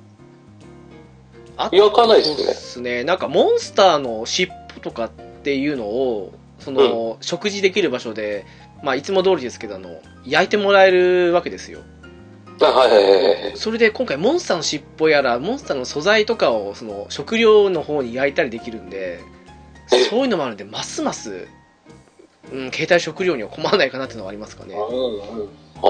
あ焼かないでそうっすすね。なんか、モンスターの尻尾とかっていうのを、その、食事できる場所で、まあ、いつも通りですけど、あの、焼いてもらえるわけですよ。ね。あはいはいはいはい。それで今回、モンスターの尻尾やら、モンスターの素材とかを、その、食料の方に焼いたりできるんで、そういうのもあるんでますます、うん、携帯食料には困らないかなっていうのはありますかねうんうんああ、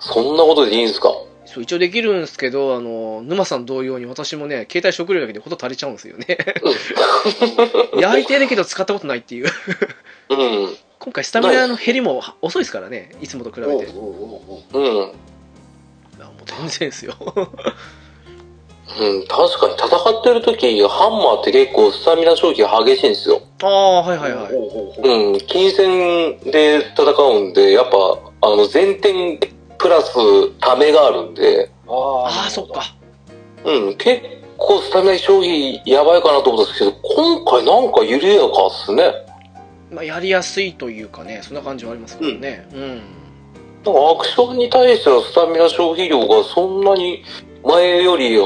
そんなことでいいんですか。そう一応できるんですけどあの沼さん同様に私もね携帯食料だけでこと足りちゃうんですよね 焼いてるけど使ったことないっていううん。今回スタミナの減りも遅いですからねいつもと比べてうんうんうんううんん。いやもう全然ですようん、確かに戦ってる時ハンマーって結構スタミナ消費激しいんですよ。 ああはいはいはいほうほうほううん、金銭で戦うんで、やっぱ、あの、前転プラスためがあるんで、あああそっかうん、結構スタミナ消費やばいかなと思ったんですけど、今回なんか緩やかっすね。まあ、やりやすいというかねそんな感じはありますからねうん、なんかアクションに対してのスタミナ消費量がそんなに前より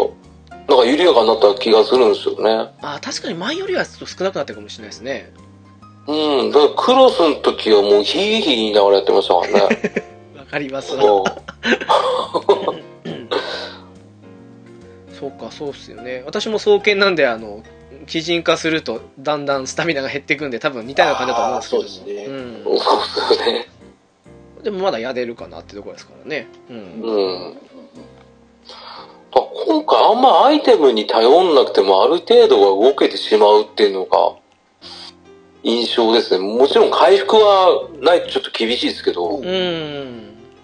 なんか緩やかになった気がするんですよね。まあ確かに前よりはちょっと少なくなったかもしれないですねうん、だからクロスの時はもうヒーヒー言いながらやってましたからね。わかりますうんそうかそうっすよね私も創建なんであの基人化するとだんだんスタミナが減っていくんで多分似たような感じだと思うんですけどあーそそうね、うっすよね。うん、でもまだやれるかなってところですからねうんうん。だから今回あんまアイテムに頼んなくてもある程度が動けてしまうっていうのが印象ですね。もちろん回復はないとちょっと厳しいですけど、うん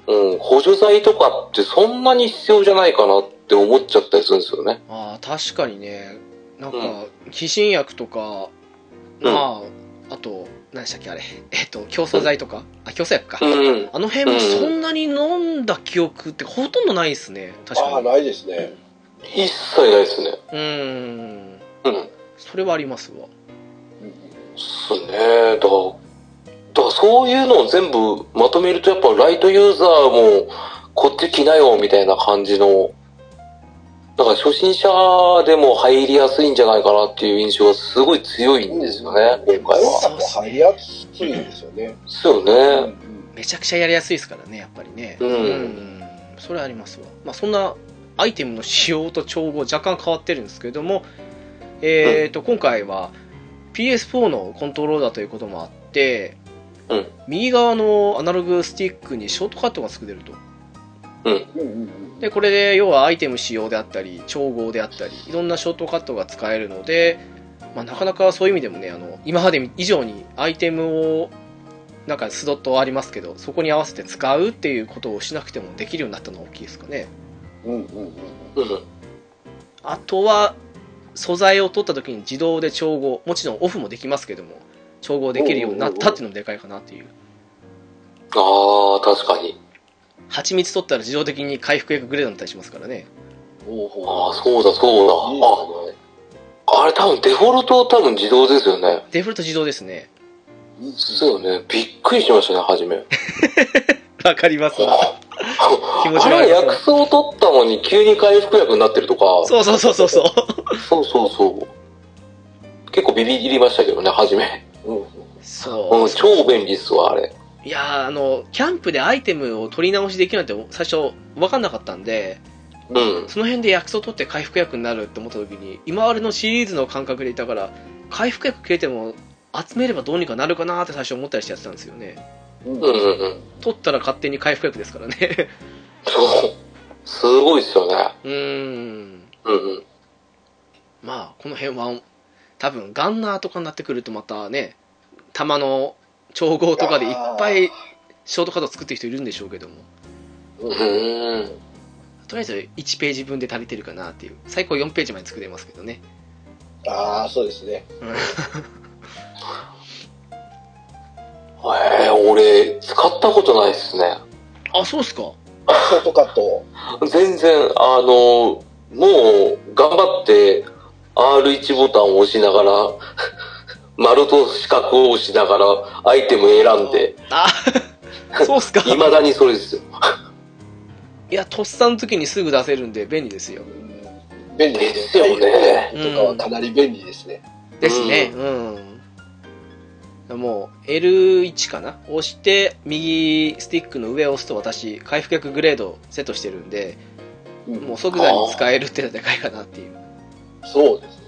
うん、補助剤とかってそんなに必要じゃないかなって思っちゃったりするんですよね。ああ確かにねなんかう寄進薬とか、うんまああと何でしたっけあれ えっと競争剤とか、あ競争薬か、うん。あの辺もうんそんなに飲んだ記憶ってほとんどないですね確あかあにないですね一切ないですね。うーんうん。それはありますわそうね。だから、だからそういうのを全部まとめるとやっぱライトユーザーもこっち来なよみたいな感じの、だから初心者でも入りやすいんじゃないかなっていう印象がすごい強いんですよね、今あ回れは。はもう入りやすいですよねですようんね。めちゃくちゃやりやすいですからねやっぱりねうんんそれはありますわ、まあ、そんなアイテムの仕様と調合若干変わってるんですけれどもえー、と今回は PS4 のコントローラーということもあって、うん右側のアナログスティックにショートカットが作れるとうんうんうんでこれで要はアイテム仕様であったり調合であったりいろんなショートカットが使えるので、まあ、なかなかそういう意味でもねあの今まで以上にアイテムをなんかスロットはありますけどそこに合わせて使うっていうことをしなくてもできるようになったのは大きいですかねうんうんうんうん。あとは素材を取った時に自動で調合もちろんオフもできますけども調合できるようになったっていうのもでかいかなっていうああ、確かに。蜂蜜取ったら自動的に回復薬グレードになったりしますからねほうほうああ、そうだ、そういいだ。あ、であれ多分デフォルト多分自動ですよね。デフォルト自動ですねすそうよね。びっくりしましたね、初め。 わかりますわ気持ちあ悪いれ薬草を取ったのに急に回復薬になってるとか。そうそうそうそうそうそうそうそう。結構ビビりましたけどね、初め。うんうんそうん、う超便利っすわ、あれ。いやーあのキャンプでアイテムを取り直しできるなんて最初分かんなかったんでうん。その辺で薬草取って回復薬になるって思った時に今あれのシリーズの感覚でいたから回復薬切れても集めればどうにかなるかなーって最初思ったりしてやってたんですよねうんうんうんうん。取ったら勝手に回復薬ですからね そう。すごいっすよね。うーんうんうん。まあこの辺は多分ガンナーとかになってくるとまたね弾の調合とかでいっぱいショートカット作ってる人いるんでしょうけどもううんーん。とりあえず1ページ分で足りてるかなっていう最高4ページまで作れますけどねああそうですねええ俺、使ったことないっすね。あそうっすかショートカット全然、あの、もう、頑張って、R1 ボタンを押しながら、 丸と四角を押しながら、アイテム選んで、あ そうっすか未だにそれですよ。いやとっさの時にすぐ出せるんで便利ですようん便で利ですすよねねとかはかなり便利ですねですねうん、もう L1 かな押して右スティックの上を押すと私回復薬グレードセットしてるんでうんもう即座に使えるってのはでかいかなっていうそうですね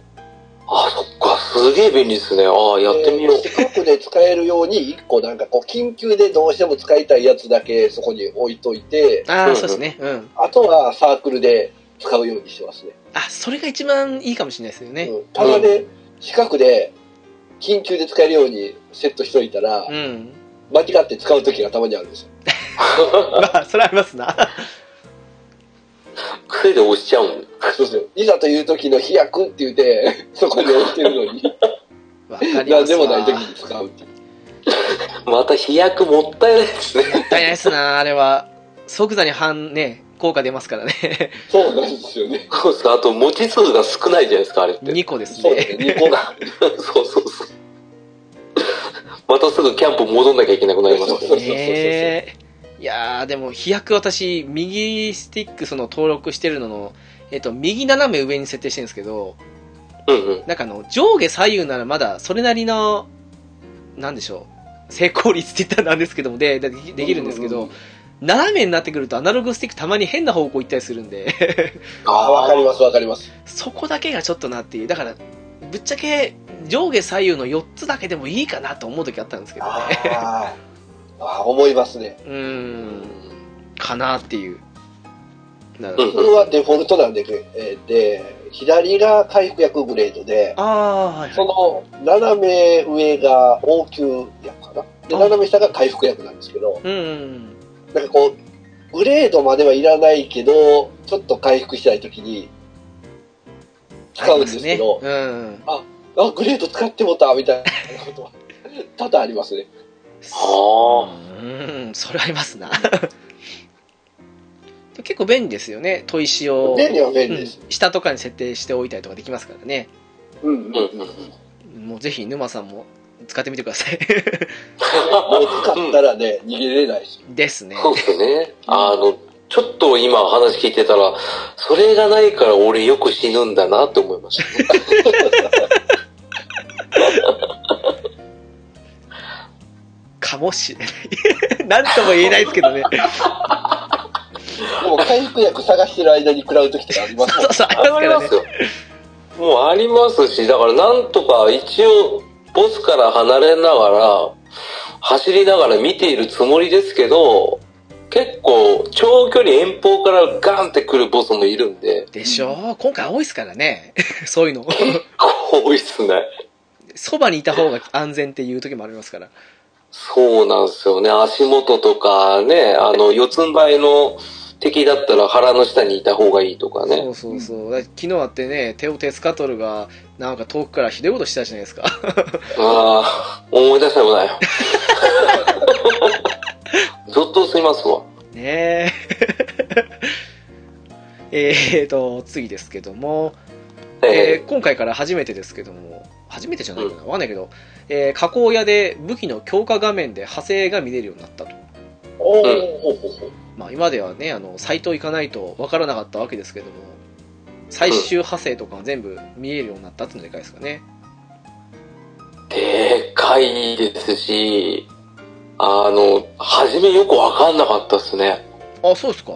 あ、そっか、すげえ便利ですね。ああ、やってみよう。で四角で使えるように、一個なんかこう、緊急でどうしても使いたいやつだけそこに置いといて、あうあ、んそうですね。うん。あとはサークルで使うようにしてますね。あ、それが一番いいかもしれないですよね。うんただね、四角で、緊急で使えるようにセットしといたらう、ん。間違って使う時がたまにあるんですよ。まあ、それありますな。癖で押しちゃうん。そうそう。いざという時の飛躍って言って、 そこに置いてるのに、わかりますわ。何でもない時に使うっていう。また飛躍もったいないですね。もったいないっすな、あれは。即座に反、ね、効果出ますからね。そうなんですよね。そうですあと、文字数が少ないじゃないですか、あれって。 2個ですそうね。ですね。2個が。 そうそうそう。またすぐキャンプ戻んなきゃいけなくなりますもんそうそうそうそうねえいやーでも飛躍私右スティックその登録してるのの、えっと、右斜め上に設定してるんですけどうんうん。なんかあの上下左右ならまだそれなりのなんでしょう成功率って言ったらなんですけどもででできるんですけど、うん斜めになってくるとアナログスティックたまに変な方向行ったりするんでああ、わかりますわかります。そこだけがちょっとなっていうだからぶっちゃけ上下左右の4つだけでもいいかなと思う時あったんですけどあねあ。ああ、思いますね。うーんかなっていうなるうんそれはデフォルトなんで、えーで、左が回復薬グレードで、ああ、はい、その斜め上が応急薬かな。で、あ斜め下が回復薬なんですけど、うんうん。なんかこう、グレードまではいらないけど、ちょっと回復したいときに、使うんですけど、ありますねうん。あグレード使ってもた、みたいなことは、 多々ありますね。はうん、それありますな。 結構便利ですよね、砥石を。便利は便利ですう。ん下とかに設定しておいたりとかできますからね。うん、うん、あ。うんもううんうん。もうぜひ沼さんも使ってみてください。 使ったらね、逃げれないし。ですね。そうですね。あの、ちょっと今話聞いてたら、それがないから俺よく死ぬんだなって思いました、ね。かもしれ ない。なんとも言えないですけ どね。でも回復薬探してる間に食らうときとかありますもんそうそう、ありますあかりらまねす。よ。もうありますし、だからなんとか一応、ボスから離れながら、走りながら見ているつもりですけど、結構長距離遠方からガンって来るボスもいるんで、でしょう今回多いですからね。 そういうの。多いっすね。そばにいた方が安全っていう時もありますから。そうなんですよね。足元とかね、あの、四つん這いの敵だったら腹の下にいた方がいいとかそねう。そうそう。だって昨日あってね、テオ・テスカトルが、なんか遠くからひどいことしたじゃないですか。 ああ、思い出したくない。 ずっとすいますわ。ね え。えーと、次ですけども、ええー今回から初めてですけども、初めてじゃないかな、わかんないけど、えー加工屋で武器の強化画面で派生が見れるようになったと。おーうほうほうほうまあ、今まではね、あの、サイト行かないとわからなかったわけですけども、最終派生とかが全部見えるようになったっていうのがでかいですかね。ーでかいですし、あの、初めよくわかんなかったっすね。あ、そうですか。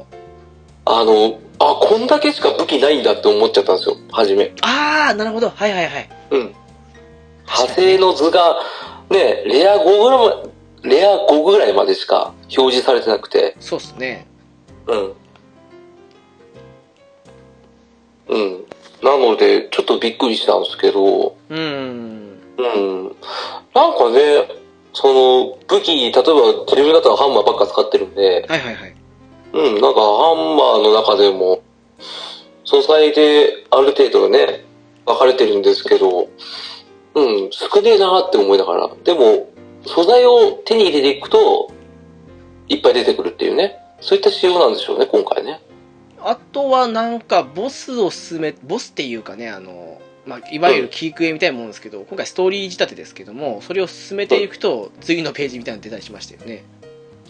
あの、あ、こんだけしか武器ないんだって思っちゃったんですよ、初め。あー、なるほど。はいはいはい。うん。派生の図が、ね、レア5ぐらいま、レア5ぐらいまでしか表示されてなくて。そうっすね。うん。うん。なので、ちょっとびっくりしたんですけど、うーん。うん。なんかね、その、武器、例えば自分だったらハンマーばっか使ってるんで、はいはいはい。うん、なんかハンマーの中でも、素材である程度ね、分かれてるんですけど、うん、少ねえなって思いながら。でも、素材を手に入れていくと、いっぱい出てくるっていうね。そういった仕様なんでしょうね、今回ね。あとはなんかボスを進めボスっていうかねあの、まあ、いわゆるキークエみたいなもんですけど、今回ストーリー仕立てですけどもそれを進めていくと次のページみたいなの出たりしましたよね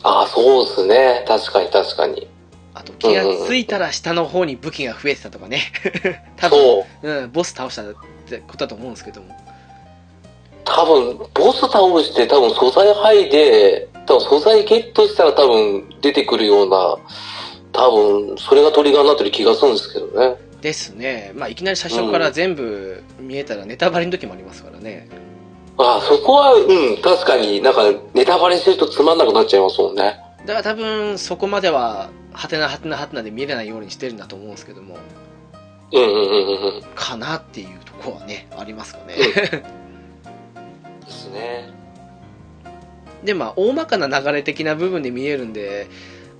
ああ、そうですね。確かに確かに。あと気がついたら下の方に武器が増えてたと かね多分そう。う、ん、ボス倒したってことだと思うんですけども多分、ボス倒して多分素材剥いで、多分素材ゲットしたら多分出てくるような、多分、それがトリガーになってる気がするんですけどね。ですね、まあ、いきなり最初から全部見えたらネタバレの時もありますからね、ああ、そこは、うん、確かになんかネタバレしてるとつまんなくなっちゃいますもんね。だから多分そこまでははてなはてなはてなで見れないようにしてるんだと思うんですけどもうんうんうんうんうん。でかなっていうとこはねありますかねすね。 でまあ大まかな流れ的な部分で見えるんで、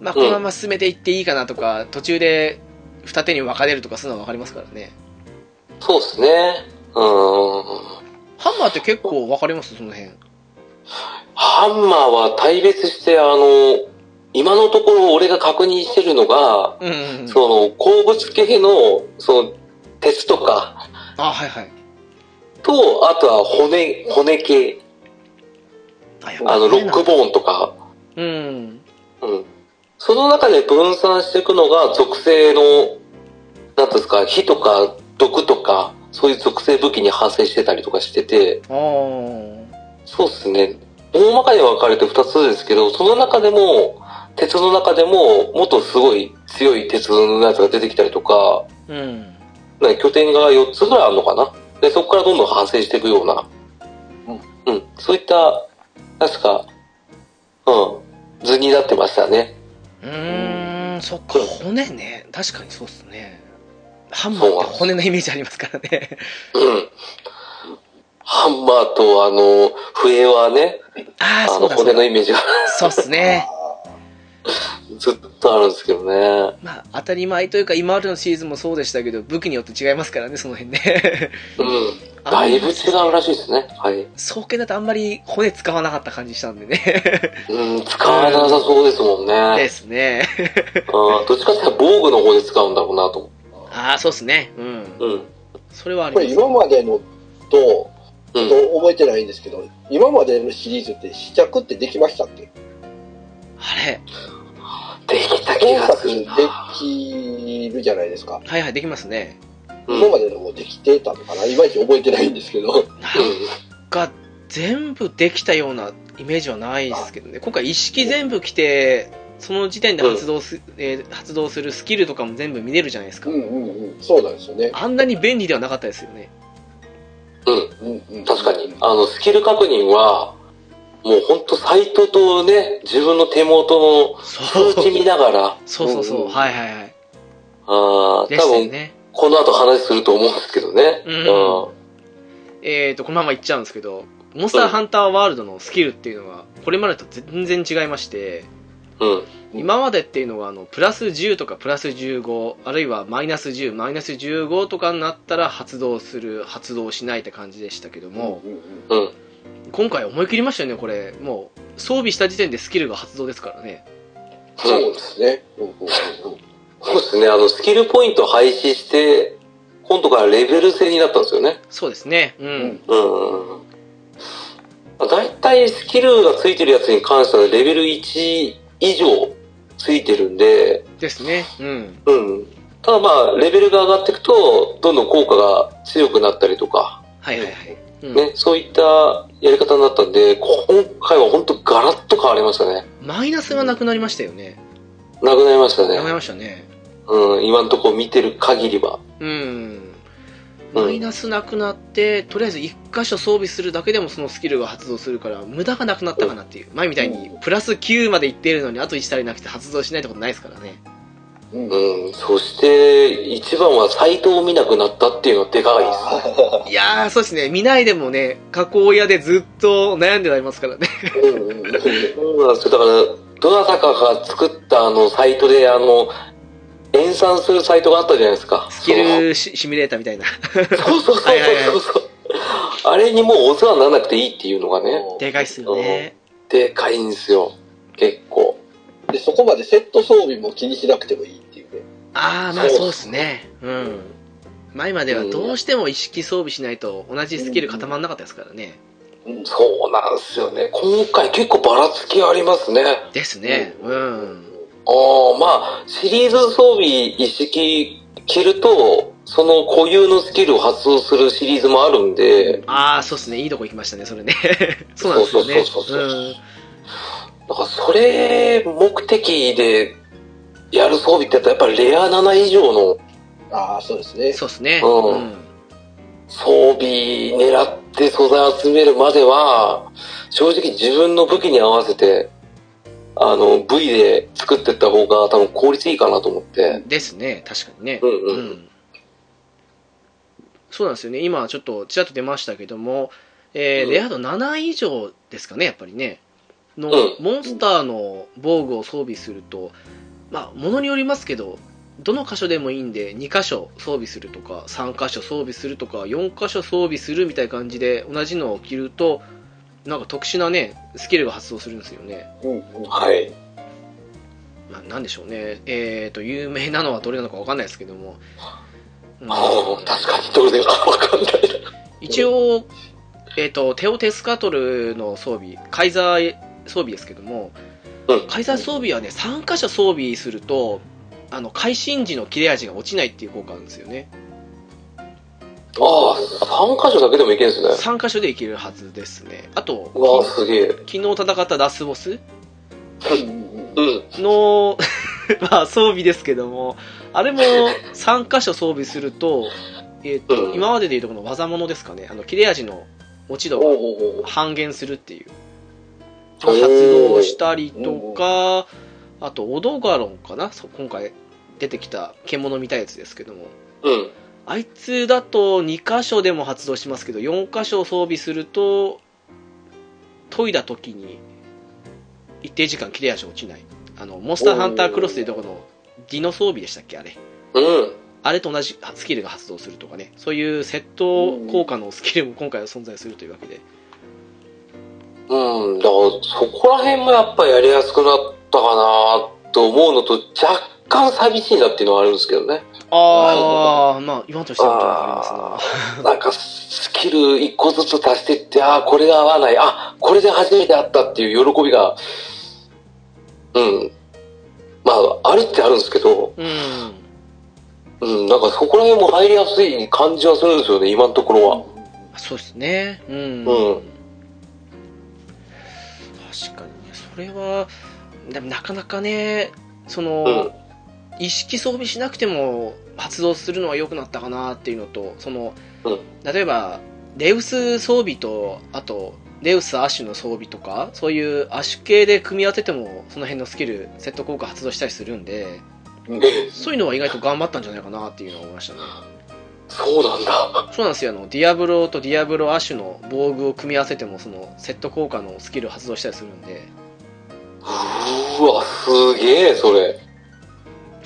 まあ、このまま進めていっていいかなとか、途中で二手に分かれるとかそういうのは分かりますからねそうですね。うーん。ハンマーって結構分かりますその辺ハンマーは大別して、あの、今のところ俺が確認してるのが、うんうん、うん、その、鉱物系の、その、鉄とか、あはいはいと、あとは骨、骨系、あやっぱあの、ロ骨なんッだクボーンとか、うんうん。その中で分散していくのが、属性の、なんていうんですか、火とか毒とか、そういう属性武器に発生してたりとかしてて、ああそうですね。大まかに分かれて2つですけど、その中でも、鉄の中でも、もっとすごい強い鉄のやつが出てきたりとか、うんなんか拠点が4つぐらいあるのかな。で、そこからどんどん派生していくような。うん。そういった、確か、うん、図になってましたね。うーんそっかうん骨ね確かにそうっすねハンマーって骨のイメージありますから ねうん。ハンマーと、あの、笛はね、あああその、うだそう骨だのイメージが そうっすねずっとあるんですけどね。まあ当たり前というか今までのシーズンもそうでしたけど武器によって違いますからねその辺ねうん。あ だいぶ違うらしいですね。はい。双剣だとあんまり骨使わなかった感じしたんでねうん、使わなさそうですもんでね。すねうんどっちかっていうと防具の方で使うんだろうなと思ああそうっすねうんう。うん。それはありこまれす今までのと、うとん。覚えてないんですけど、今までのシリーズって試着ってできましたっけあれできた気本が作すでる。きるじゃないですか。はいはいできますねうん。う今までのもできてたのかないまいち覚えてないんですけど。なんか全部できたようなイメージはないですけどね今回一式全部来てその時点で発動す、えー発動するスキルとかも全部見れるじゃないですか、うんうんうん。そうなんですよね。あんなに便利ではなかったですよねん。うんうん。確かに。あの、スキル確認は、もうほんとサイトとね、自分の手元 そのう通知見ながら、そうそうそう、うんはいはいはいあーで多したよ分、ねこの後話すると思うんですけどね。うんうえっ、ー、とこのままいっちゃうんですけどモンスターハンターワールドのスキルっていうのはこれまでと全然違いましてん。うん。うん今までっていうのはあのプラス10とかプラス15あるいはマイナス10マイナス15とかになったら発動する発動しないって感じでしたけども、うんうんうん。今回思い切りましたよねこれもう装備した時点でスキルが発動ですからねそうですね。うんうんうんうんそうですね。あの、スキルポイント廃止して、今度からレベル制になったんですよね。そうですねうん、うんうん大体スキルがついてるやつに関してはレベル1以上ついてるんで、ですねうんうん。ただまあ、レベルが上がっていくと、どんどん効果が強くなったりとか、はいはいはい、うんね、そういったやり方になったんで、こ今回は本当ガラッと変わりましたね。マイナスがなくなりましたよねなくなりましたなくなりね。ましたねうん、今のところ見てる限りは。うんうんマイナスなくなってとりあえず1箇所装備するだけでもそのスキルが発動するから無駄がなくなったかなっていう前みたいにプラス9までいってるのにあと1足りなくて発動しないってことないですからねうんうん。うん、そして、一番はサイトを見なくなったっていうのはでかいですね。いやーそうですね見ないでもね加工屋でずっと悩んでなりますからねうんうんそううんなんですよ。だから、どなたかが作ったあの、サイトで、あの、演算するサイトがあったじゃないですか。スキルシシミュレーターみたいなそうそうそうそうはいはいはいそうそう。あれにもうお世話にならなくていいっていうのがね、 でかいっすよねでかいんですよ。結構。で、そこまでセット装備も気にしなくてもいいっていうね。 ああまあそうですねうん前まではどうしても意識装備しないと同じスキル固まんなかったですからねうんそうなんですよね。今回結構ばらつきありますね。あですねうんあ、まあ、シリーズ装備一式着ると、その固有のスキルを発動するシリーズもあるんで、ああそうですねいいとこ行きましたねそれねそうなんですよね そうそうそうそうそううんだからそれ目的でやる装備ってやったらやっぱりレア7以上のああ、そうですね。そうですね。うんうん装備狙って素材集めるまでは、正直自分の武器に合わせて、あの、V で作ってった方が多分効率いいかなと思って。ですね、確かにね。うんうんそうなんですよね、今ちょっとちらっと出ましたけども、えーうんレア度7以上ですかね、やっぱりね、の、うんモンスターの防具を装備すると、まあ、ものによりますけど、どの箇所でもいいんで、2箇所装備するとか、3箇所装備するとか、4箇所装備するみたいな感じで、同じのを着ると、なんか特殊なね、スキルが発動するんですよね。うんうんはい。まあ、なんでしょうね、えー、と有名なのはどれなのかわかんないですけども、うんああ、確かにどれだかわかんない。一応、えーと、テオ・テスカトルの装備、カイザー装備ですけども、うんカイザー装備はね、3箇所装備すると、あの会心時の切れ味が落ちないっていう効果なんですよね、ああ、3箇所だけでもいけるんですね。 3箇所でいけるはずですね、あと、うわあ、すげえ。昨日戦ったラスボスうんうんううんん。の、 まあ、装備ですけども、あれも3箇所装備すると、えーとうん今まででいうとこの技物ですかね、あの切れ味の落ち度おうがおうおう半減するっていう、おー発動したりとか、あと、オドガロンかな、そう今回出てきた獣みたいやつですけども、うん。あいつだと2箇所でも発動しますけど、4箇所装備すると、研いだ時に一定時間切れ味落ちない。あの、モンスターハンタークロスでいうとこのディノ装備でしたっけあれ。うん。あれと同じスキルが発動するとかね。そういうセット効果のスキルも今回は存在するというわけで。うん、だからそこら辺もやっぱやりやすくなったかなと思うのと若干寂しいなっていうのはあるんですけどね。ああ、まあ、言わんとしてることはありますな。なんかスキル一個ずつ足していって、ああ、これが合わない、あこれで初めて会ったっていう喜びが、うん。まあ、あるってあるんですけど、うん。うん、なんかそこら辺も入りやすい感じはするんですよね、今のところは。そうですね。うん。うん確かにね、それは、でもなかなかね、その、うん意識装備しなくても発動するのは良くなったかなっていうのと、その、うん例えば、レウス装備と、あと、レウスアッシュの装備とか、そういうアッシュ系で組み合わせても、その辺のスキル、セット効果発動したりするんで、そういうのは意外と頑張ったんじゃないかなっていうのは思いましたね。そうなんだ。そうなんですよ、あのディアブロとディアブロアッシュの防具を組み合わせても、そのセット効果のスキルを発動したりするんで、うわ、すげえ、それ。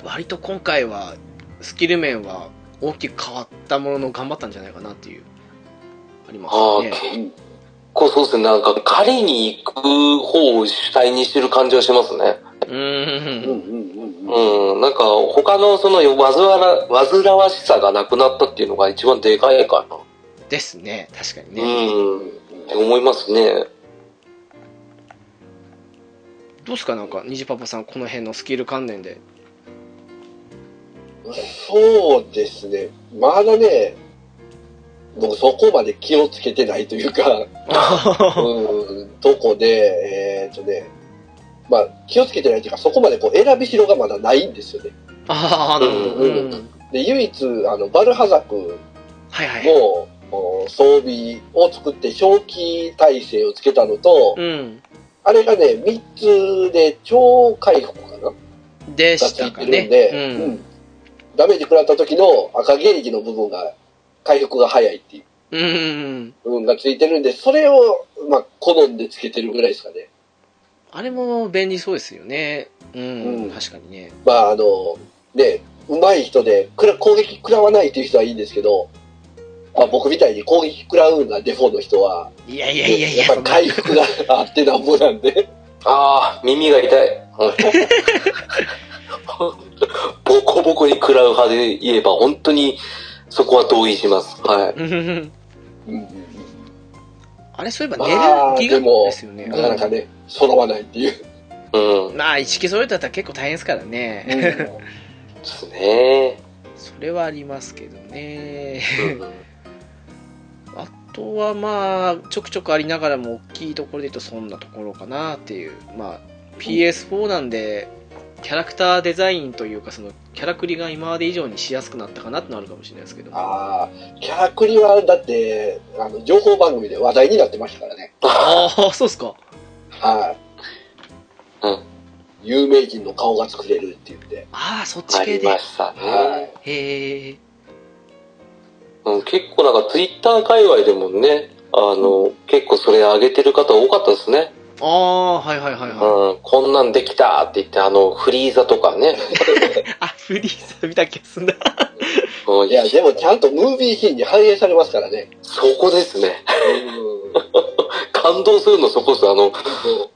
割と今回はスキル面は大きく変わったものの頑張ったんじゃないかなっていう、ありますああ、ね。うんこうそうですね、なんか狩りに行く方を主体にしてる感じはしますね。うーうんん、うんうんうんうん、なんか他のその煩わら、煩わしさがなくなったっていうのが一番でかいかな。ですね、確かにうね。ん、って思いますね。どうですか、なんか、虹パパさん、この辺のスキル関連で。そうですね。まだね、僕そこまで気をつけてないというか、うん、どこで、えーっとね、まあ気をつけてないというか、そこまでこう選びしろがまだないんですよね。 ああ、なるほど。うんうんで、唯一、あの、バルハザクはいはい。のお装備を作って正気体制をつけたのと、うん。あれがね、3つで超回復かなでがしついたかてるねんで、。ううんんダメージ食らった時の赤ゲージの部分が回復が早いっていううん。部分がついてるんで、それを、まあ、好んでつけてるぐらいですかね。あれも便利そうですよね。う、うんん確かにね。まあ、あの、ね、上手い人でくら攻撃食らわないっていう人はいいんですけど、まあ、僕みたいに攻撃食らうのがデフォの人は、いやいやいやいや、っぱり回復があってなんぼなんで、ああ、耳が痛い。 ボコボコに食らう派で言えば本当にそこは同意します。はい。うん あれ、そういえば狙まあいでもですよね。なかなかね、揃わないっ ていう。うん。うでんまあ、一式揃えたら結構大変ですからね。すね。それはありますけどね。うんあとはまあ、ちょくちょくありながらも、大きいところで言うとそんなところかなっていう。まあ、PS4 なんで、キャラクターデザインというかそのキャラクリが今まで以上にしやすくなったかなってのあるかもしれないですけどあああ、キャラクリはだって、あの、情報番組で話題になってましたからね。あーそうっすかはい。うん有名人の顔が作れるって言って。ああそっちあ系りでましたはね。い。へえうん、結構なんかツイッター界隈でもね、あの、結構それ上げてる方多かったですね。ああはいはいはいはうん、こんなんできたって言って、あの、フリーザとかいね。あフリーザ見た気がすんだうんいや、でもちゃんとムービーシーンに反映されますからね。そこですね。 うん。感動するのそこです。あの、そ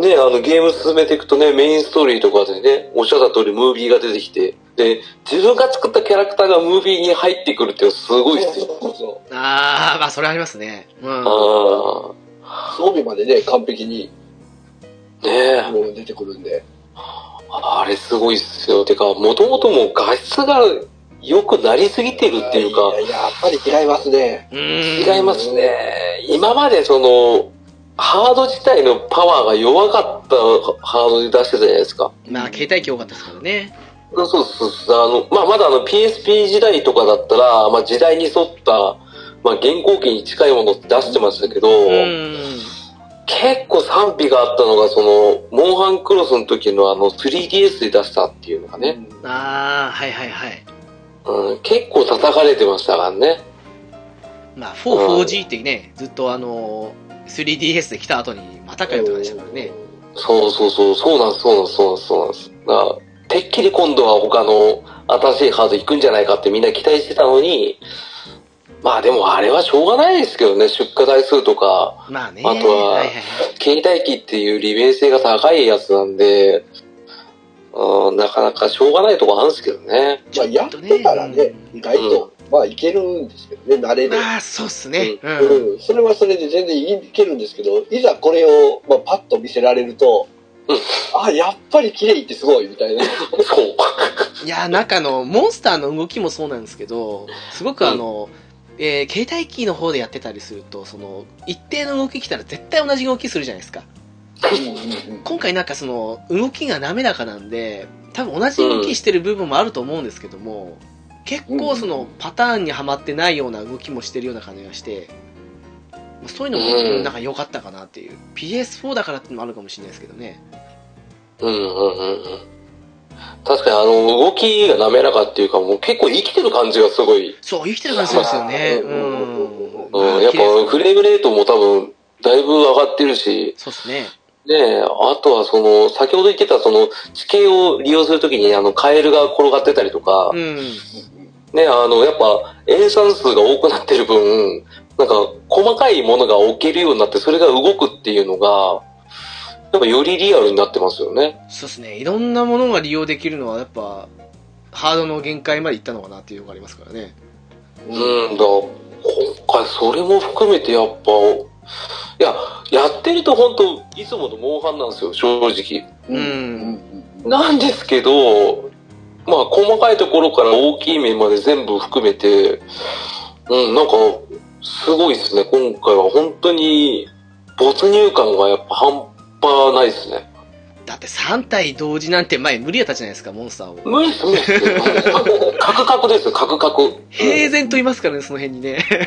うね、あのゲーム進めていくとね、メインストーリーとかでね、おっしゃった通りムービーが出てきて、で、自分が作ったキャラクターがムービーに入ってくるっていうのすごいですよ。そうそああまあそれありますねうんあう。装備までね、完璧にあ、ねえ、もう出てくるんで。あれすごいっすよ。てか、もともともう画質が良くなりすぎてるっていうかや、ややっぱり違いますね。うーん違いますね。今までその、ハード自体のパワーが弱かったハードで出してたじゃないですか。まあ携帯機多かったですからねそうそうそう。あの、まあ、まだあの PSP 時代とかだったら、まあ、時代に沿った、まあ、現行機に近いものって出してましたけど、うーん結構賛否があったのが、その、モンハンクロスの時のあの 3DS で出したっていうのがね、うんああはいはいはいうん、結構叩かれてましたからね。まあ 4,4G ってねずっとあの 3DS で来た後にまたかよって感じでしたからねそうそうそう、そうなんです、そうなんです、そうなんです、そうなんです。だからてっきり今度は他の新しいハード行くんじゃないかってみんな期待してたのに、まあでもあれはしょうがないですけどね、出荷台数とか、まあねあとはいいい携帯機っていう利便性が高いやつなんで、うん、なかなかしょうがないとこあるんですけどね。まあ、やってたらね、意外と、まあ、いけるんですけどね、慣れで。まあそうっすねうん、うん、それはそれで全然いけるんですけど、いざこれを、まあ、パッと見せられるとうん、あ、やっぱり綺麗ってすごいみたいな。そう。いやなんかあのモンスターの動きもそうなんですけどすごくあの、えー携帯機の方でやってたりするとその一定の動き来たら絶対同じ動きするじゃないですか今回なんかその動きが滑らかなんで多分同じ動きしてる部分もあると思うんですけども、結構そのパターンにはまってないような動きもしてるような感じがしてまあそういうのもうんなんか良かったかなっていう、PS4 だからってのもあるかもしれないですけどねうんうんうんうん。確かにあの、動きが滑らかっていうか、もう結構生きてる感じがすごい。そう生きてる感じするんですよねうあーうんん、うん、やっ綺麗ですぱフレームレートも多分、だいぶ上がってるし、そうですねねえ、あとはその、先ほど言ってたその、地形を利用するときにあの、カエルが転がってたりとか、うんね、あの、やっぱ、塩酸数が多くなってる分、なんか、細かいものが置けるようになって、それが動くっていうのが、やっぱよりリアルになってますよね。そうですね、いろんなものが利用できるのは、やっぱ、ハードの限界までいったのかなっていうのがありますからね。うんだ、今回それも含めてやっぱ、いや、やってると本当いつものモンハンなんですよ、正直。うんううんんなんですけど、まあ、細かいところから大きい面まで全部含めて、うん、なんか、すごいですね。今回は本当に、没入感がやっぱ半端ないですね。だって3体同時なんて前無理やったじゃないですか、モンスターを。無理です、無理です。カクカクですよ、カクカク。平然と言いますからね、その辺にね。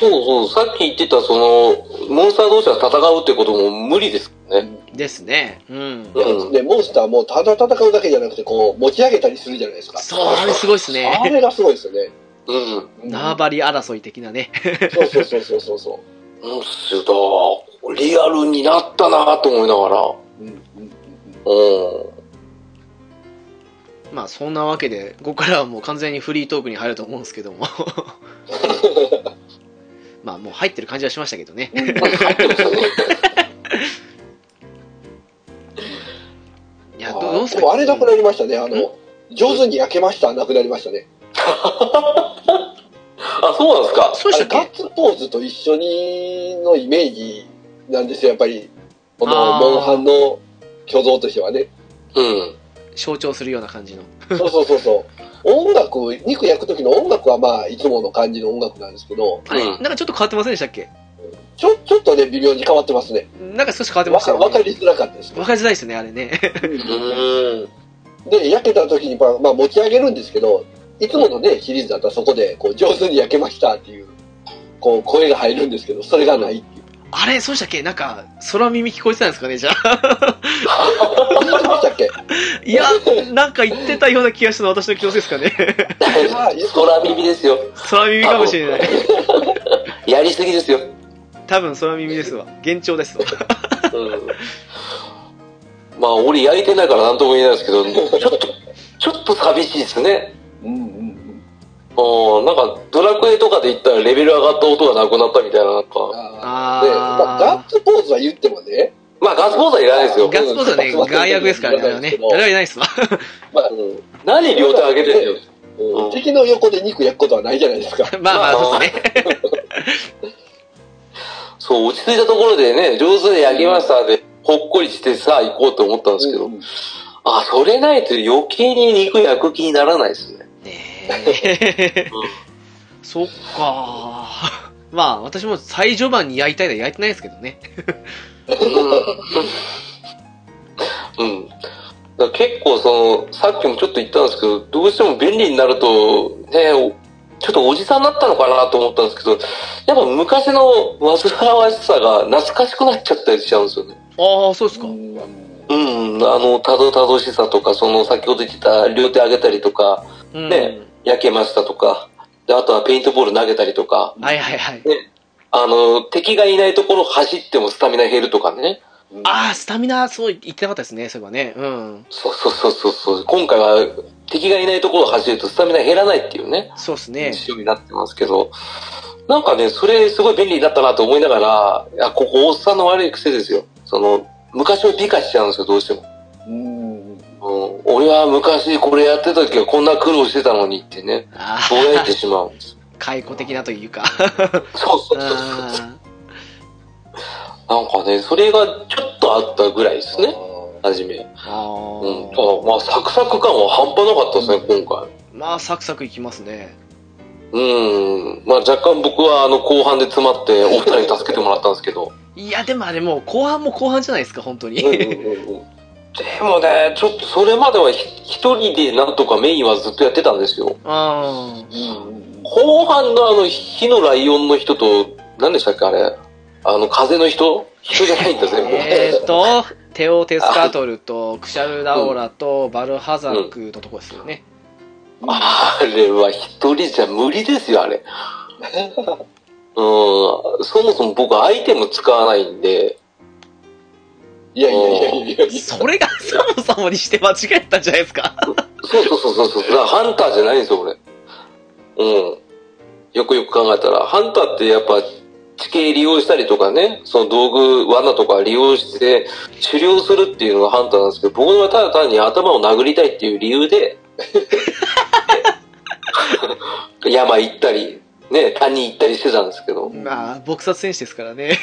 そうそう、さっき言ってた、その、モンスター同士が戦うってことも無理ですね。ですね。うんい。やでモンスターもただ戦うだけじゃなくて、こう、持ち上げたりするじゃないですか。そう、あれすごいっすあね。れがすごいですよね。うん。うん縄張り争い的なね。そうそうそうそうそうそうんっすよだ。リアルになったなと思いながら。う。うんうんうまあそんなわけで、ここからはもう完全にフリートークに入ると思うんですけど も。まあもう入ってる感じはしましたけどね。ん。入ってましたね。いあや、どうどうーすでかもあれなくなりましたね、あんの、上手に焼けました、なくなりましたね。あ、そうなんですか。そうであしたれっガけッツポーズと一緒にのイメージなんですよ、やっぱり。このあーモンハンの巨像としては ね。うん。象徴するような感じの。そうそうそうそう。音楽、肉焼く時の音楽はまあ、いつもの感じの音楽なんですけど、あれ、うなんんかちょっと変わってませんでしたっけちちょ、ちょっとね、微妙に変わってますね。なんか少し変わってまわしたかよ、わかね。りづらかったですけわかりづらいですね、あれね。うん。ど。で、焼けた時に、まあ、まあ、持ち上げるんですけど、いつものね、シリーズだったらそこで、こう、上手に焼けましたっていう、こう、声が入るんですけど、それがないっていう。あれ、そうでしたっけなんか、空耳聞こえてたんですかね、じゃあ。聞いてましたっけいや、なんか言ってたような気がしたの、私の記憶ですかね。 空耳ですよ。空耳かもしれない。やりすぎですよ。多分空耳ですわ。幻聴ですわ。うんまあ、俺焼いてないから何とも言えないですけど、ちょっと、ちょっと寂しいですね。うんうんうん。うん、なんか、ドラクエとかで言ったらレベル上がった音がなくなったみたいな、なんか。ああ。で、まあ、ガあッツポーズは言ってもね、まあ、ガスポーズはいらないですー。よ。ガッツポーズはね、うん外役ですからね、あれはね。あれはいないですわ。まあ、何両手上げてんのよ。うん敵の横で肉焼くことはないじゃない ですか。 まあまあ、そうですね。そう、落ち着いたところでね、上手で焼きましたで、ほっこりしてさ、行こうと思ったんですけど、うんあ、それないと余計に肉焼く気にならないですね。 ねえ。そっかーまあ、私も最序盤に焼いたいのは焼いてないですけどね。うん。うん。だから結構その、さっきもちょっと言ったんですけど、どうしても便利になると、ね、おちょっとおじさんになったのかなと思ったんですけど、やっぱ昔の煩わしさが懐かしくなっちゃったりしちゃうんですよね。ああ、そうですか。うん、あの、たどたどしさとか、その先ほど言ってた両手上げたりとか、うん。ね焼けましたとか、であとはペイントボール投げたりとか、はいはいはい。あの、敵がいないところ走ってもスタミナ減るとかね。ああ、スタミナ、そう言ってなかったですね、そういえばね。うん。そうそうそうそうそう。今回は敵がいないところを走るとスタミナ減らないっていうね、そうですね。仕様になってますけど、なんかね、それすごい便利だったなと思いながら、いや、ここおっさんの悪い癖ですよ。その、昔を美化しちゃうんですよ、どうしても。うん。うん、俺は昔これやってた時はこんな苦労してたのにってね、あぼやいてしまうんです。あ、解雇的なという か。そうそうそうそう。あなんかね、それがちょっとあったぐらいですね、はじめ。うん。ーあたー。だまあ、サクサク感は半端なかったですね、今回。まあ、サクサクいきますね。うん。まあ若干僕はあの後半で詰まってお二人に助けてもらったんですけど。いや、でもあれもう後半も後半じゃないですか、本当に。 うんうんうんうん でもね、ちょっとそれまではひ一人でなんとかメインはずっとやってたんですよ。あ後半のあの火のライオンの人と、何でしたっけあれあの風の人人じゃないんだあ。全部。 えーと、テオ・テスカトルと、クシャル・ラオラと、バルハザクのとこですよね。あれは一人じゃ無理ですよ、あ れ。うん、そもそも僕アイテム使わないんで、いやいやいやいやいや。それが そもそもにして間違えたんじゃないですか。そうそうそうそうそう。だからハンターじゃないんですよ、俺。うん。よくよく考えたら、ハンターってやっぱ地形利用したりとかね、その道具、罠とか利用して狩猟するっていうのがハンターなんですけど、僕はただ単に頭を殴りたいっていう理由で、 山行ったり、ね、谷行ったりしてたんですけど。まあ、撲殺戦士ですからね。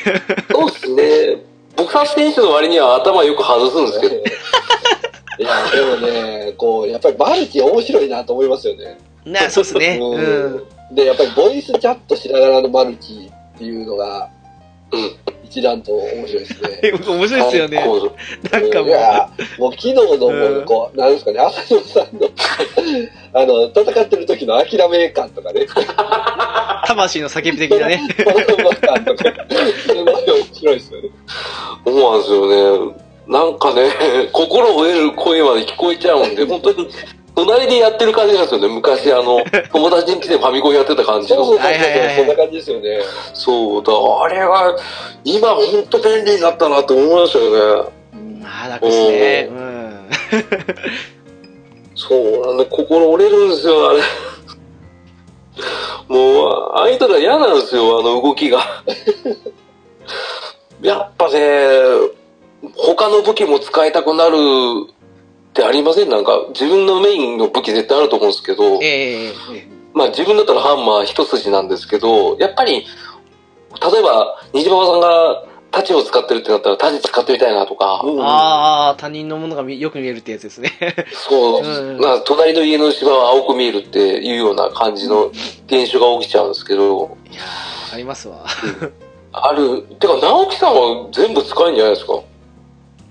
そうですね。僕さ選手の割には頭よく外すんですけど。いや、でもね、こう、やっぱりマルチ面白いなと思いますよね。な、そうですね。うん。で、やっぱりボイスチャットしながらのマルチっていうのが、うん一段と面白いですね。面白いですよね。こなうんかいもう。や、もう昨日のもううんこう、なんですかね、浅野さんの、 あの、戦ってる時の諦め感とか ね、魂の叫び的なね。トラウマ感とか、すごい面白いですよね。そうなんですよね。なんかね、 心を得る声まで聞こえちゃ うんで、本当に、隣でやってる感じなんですよね。昔、あの、友達に来てファミコンやってた感じそうそうそうの。そうはいはいはいそんな感じですよね。そうだ、あれは、今本当便利になったなって思いましたよね。まあ、楽ですね。うん。そうなんで、心折れるんですよ、あれ。もう、あいつら嫌なんですよ、あの動きが。 やっぱね、他の武器も使いたくなるってありませんなんか、自分のメインの武器絶対あると思うんですけど、ええまあ自分だったらハンマー一筋なんですけど、やっぱり、例えば、西馬場さんが太刀を使ってるってなったら、太刀使ってみたいなとか、ああ、他人のものがみよく見えるってやつですね。 そう、うんまあ、隣の家の芝は青く見えるっていうような感じの現象が起きちゃうんですけど、いやー、ありますわ。あある。てか、直樹さんは全部使えんじゃないですか。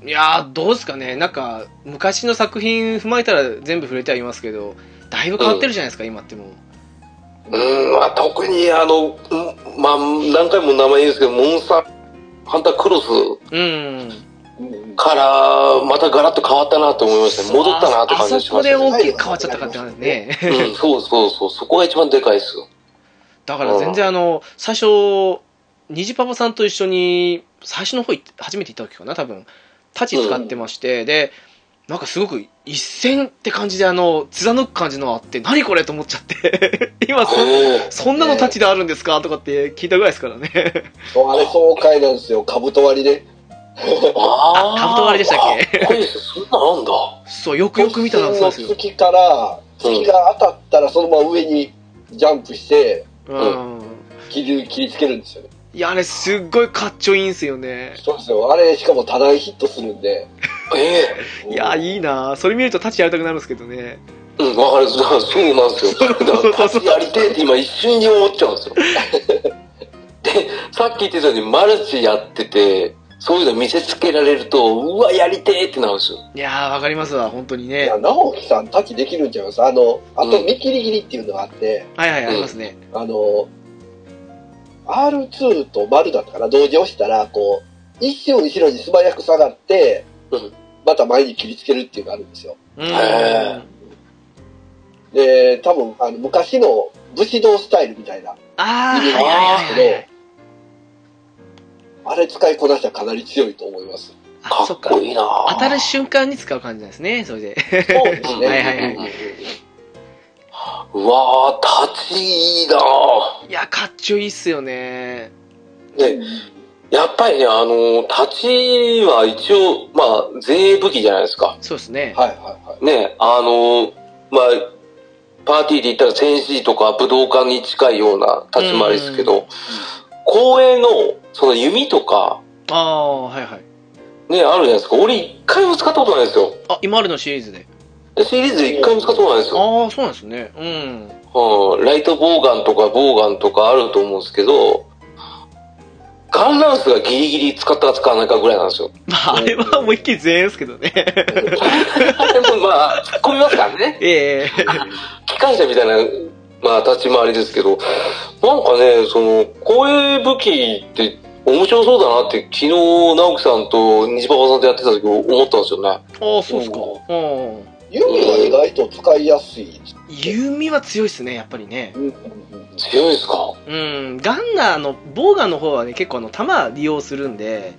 いやー、どうですかね、なんか、昔の作品踏まえたら全部触れてはいますけど、だいぶ変わってるじゃないですか、今ってもう。うん、まあ、特にあの、うんまあ、何回も名前言うんですけど、モンスター、ハンタークロスうん。うんから、またガラッと変わったなと思いましたね。戻ったなって感じあがあしそこましでたね。大きく変わっちゃったかって話ね。うん、そうそうそう。そこが一番でかいです よ。だから全然あの、最初、虹パパさんと一緒に、最初の方行って初めて行った時かな、多分、タチ使ってまして、で、なんかすごく一線って感じで、あの、貫く感じのあって、何これと思っちゃって、 今そ、へそんなのタチであるんですかとかって聞いたぐらいですからね。そうあれ爽快なんですよ、カブト割りで。ーああカブト割りでしたっけかっこいいですよ。そんなのあんだ。そう、よくよく見たらそうですよ。月から、月が当たったらそのまま上にジャンプして、うん。切り切りつけるんですよね。いや、あれ、すっごいかっちょいいんすよね。そうですよ。あれ、しかも多段ヒットするんで。ええいや、いいなそれ見るとタチやりたくなるんですけどね。うん、わかる。だからそうなんですよ。だから立ちやりてえって今一瞬に思っちゃうん ですよ。で、さっき言ってたようにマルチやってて、そういうの見せつけられると、うわ、やりてえってなるんですよ。いやー、わかりますわ、本当にいねや、。直樹さん、タキできるんちゃいますあの、あうと、ん見切り切りっていうのがあって、はいはい、ありますね。あの、R2 と丸だったかな、同時押したら、こう、一瞬後ろに素早く下がってうん、また前に切りつけるっていうのがあるんですよ。うん。へで、多分、あの、昔の武士道スタイルみたいな、あー、意味がはいはいはいはい。あれ使いこなしたらかなり強いと思い ます。あ、そかっっかこ。いいなぁ当たる瞬間に使う感じなんですね、それで。そうですね。はいはいはいうんうんうんうわぁ、立ちいいなぁいや、かっちょいいっすよね。で、やっぱりね、あの、立ちは一応、まあ、前衛武器じゃないですか。そうですね。はいはいはい。ね、あの、まあ、パーティーで言ったら戦士とか武道館に近いような立ち回りですけど、公園のその弓とか、ああ、はいはい。ね、あるじゃないですか。俺一回も使ったことないんですよ。あ、今あるのシリーズで。シリーズで一回も使ったことないんですよ。ああ、そうなんですね。うん。うん、ライトボウガンとかボウガンとかあると思うんですけど、ガンランスがギリギリ使ったか使わないかぐらいなん ですよ。まあ、あれは思いっきり全員ですけどね。でもまあ、突っ込みますからね。ええ機関車みたいな、まあ、立ち回りですけど、なんかね、その、こういう武器って面白そうだなって、昨日、直樹さんと西馬場さんとやってた時思ったんですよね。ああ、そうっすか。うん。弓は意外と使いやすい。弓は強いっすね、やっぱりね。 うんうんうん強いですかうん、ガンガーの、ボウガンの方はね、結構あの、弾利用するんで、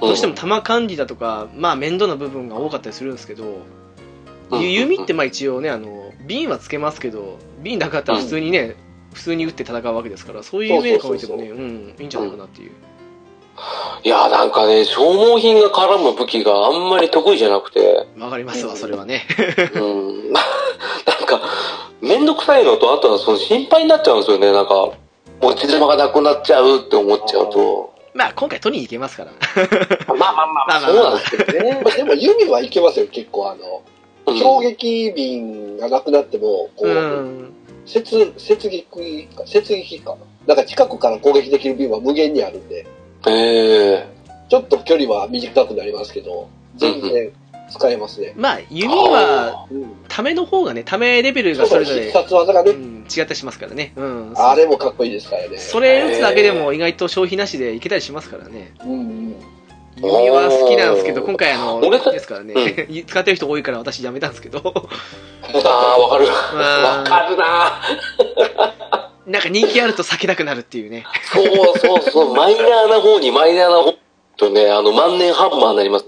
どうしても、弾管理だとか、まあ面倒な部分が多かったりするんですけど、うん弓ってまあ一応ね、あの、瓶はつけますけど、瓶なかったら普通にね、普通に打って戦うわけですから、そういう面に考えてもね、うん、いいんじゃないかなっていう。いや、なんかね、消耗品が絡む武器があんまり得意じゃなくて、 わかりますわ、それはね。 うん、 なんか、めんどくさいのと、あとはその心配になっちゃうんですよね、なんか、持ち玉がなくなっちゃうって思っちゃうと。まあ今回取りに行けますから。まあまあまあまあ、そうなんですけどね。でも弓はいけますよ、結構あの、うん衝撃瓶がなくなっても、こうう、ん。接、接撃か、接撃かな。なんか近くから攻撃できる瓶は無限にあるんで、ええちょっと距離は短くなりますけど、全然使えますね。まあ弓は、うん。ための方がね、ためレベルそがうそそうれぞ必れ、殺技がうね、ん、違ったりしますからね。うん。あれもかっこいいですからね。それ打つだけでも意外と消費なしでいけたりしますからね。うんうん。弓は好きなんですけど、今回あの、俺たですからね、使ってる人多いから私やめたんですけど、ああ、わかる。わかまあ、るなーなんか人気あると避けたくなるっていうね。そうそうそう、マイナーな方にマイナーな方とね、あの、万年ハンマーにな ります。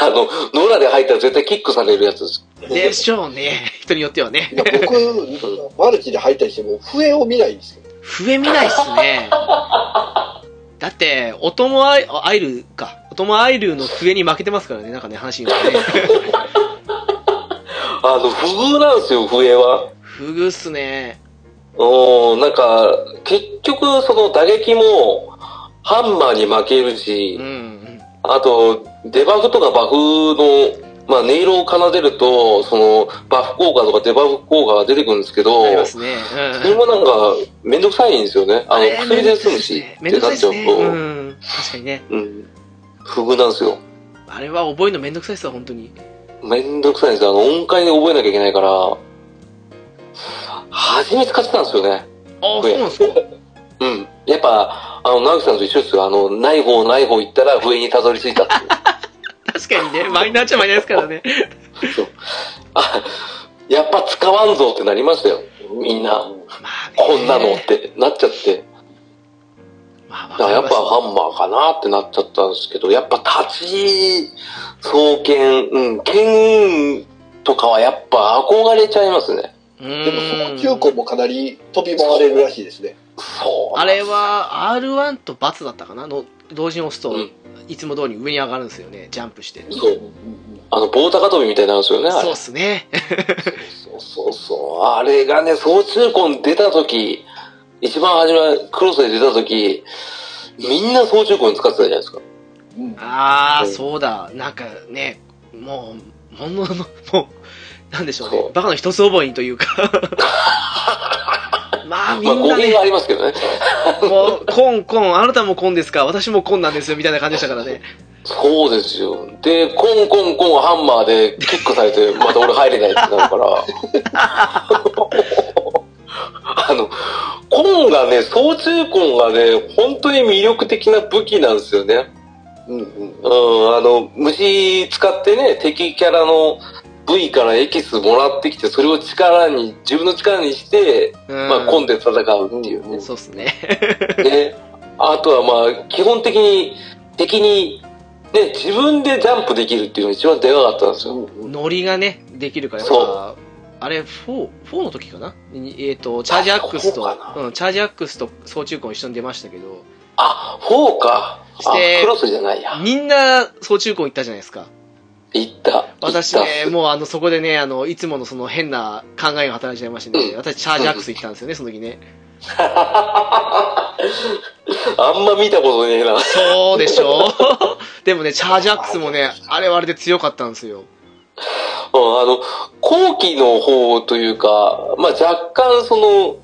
あの、野良で入ったら絶対キックされるやつです。でしょうね。人によってはねい。や僕、 マルチで入ったりしても、笛を見ないんですよ。笛見ないっすね。だって、オトモアイあアイルか。オトモアイルの笛に負けてますからね、なんかね、話にはね。あの、不遇なんですよ、笛は。不遇っすね。おーなんか、結局、その打撃も、ハンマーに負けるしう、ん。あと、デバフとかバフのまあ、音色を奏でると、その、バフ効果とかデバフ効果が出てくるんですけど、ありますね。それもなんか、めんどくさいんですよね。あの、えー薬で済むし、めんどくさいですね。ってなっちゃうとうん。確かにね。うん。不遇なんですよ。あれは覚えるのめんどくさいですわ、本当に。めんどくさいんですよ。あの、音階で覚えなきゃいけないから、初めて使ってたんですよね。ああ、そう なんですか。うん。やっぱ、あの、直樹さんと一緒ですよ。あの、ない方ない方行ったら不意にたどり着いたっていう。確かにね、マイナーっちゃマイナーですからね。あ、やっぱ使わんぞってなりましたよ。みんな、まあね。こんなのってなっちゃって。まあ、わだかからりやっまぱすハンマーかなってなっちゃったんですけど、やっぱ立ち、双剣、うん、剣とかはやっぱ憧れちゃいますね。うでもそーのん九個もかなり飛び回れるらしいですね。そう。あれは R1 と×だったかなの同時に押すと、うんいつも通り上に上がるんですよね、ジャンプして。そう。あの、棒高跳びみたいになるんですよね、あれそうっすね。そうそうそう。あれがね、総中根出た時、一番初め、クロスで出た時、みんな総中根使ってたじゃないですか。うんああ、うんそうだ。なんかね、もう、ものの、もう、なんでしょうそね。うバカの一つ覚えにというか。 まあみまあ、ん語な弊ねが、ありますけどね。もう、コンコン、あなたもコンですか、私もコンなんですよ、みたいな感じでしたからね。そうですよ。で、コンコンコンハンマーでキックされて、また俺入れないってなるから。 あの、コンがね、総中根がね、本当に魅力的な武器なんですよね。うんうんうん、あの、虫使ってね、敵キャラの部位からエキスもらってきて、それを力に、自分の力にして、うん。まあ、混んで戦うっていうね。そうっすね。ねあとはまあ、基本的に、敵に、ね、自分でジャンプできるっていうのが一番でかかったんですよ。うんノリがね、できるから、やっそぱ、あれ、4、4の時かなにえっ、と、チャージアックスあそうかと、うん、チャージアックスと総中根一緒に出ましたけど、あ、フォーか。しあて、クロスじゃないや。みんな総中根行ったじゃないですか。行った。私行っね、もうあの、そこでね、あの、いつものその変な考えが働いちゃいましてね、うん私、チャージアックス行ったんですよね、その時ね。たあんま見たことねえな。そうでしょ でもね、チャージアックスもね、あれはあれで強かったんですよ。うんあの、後期の方というか、まあ、若干その、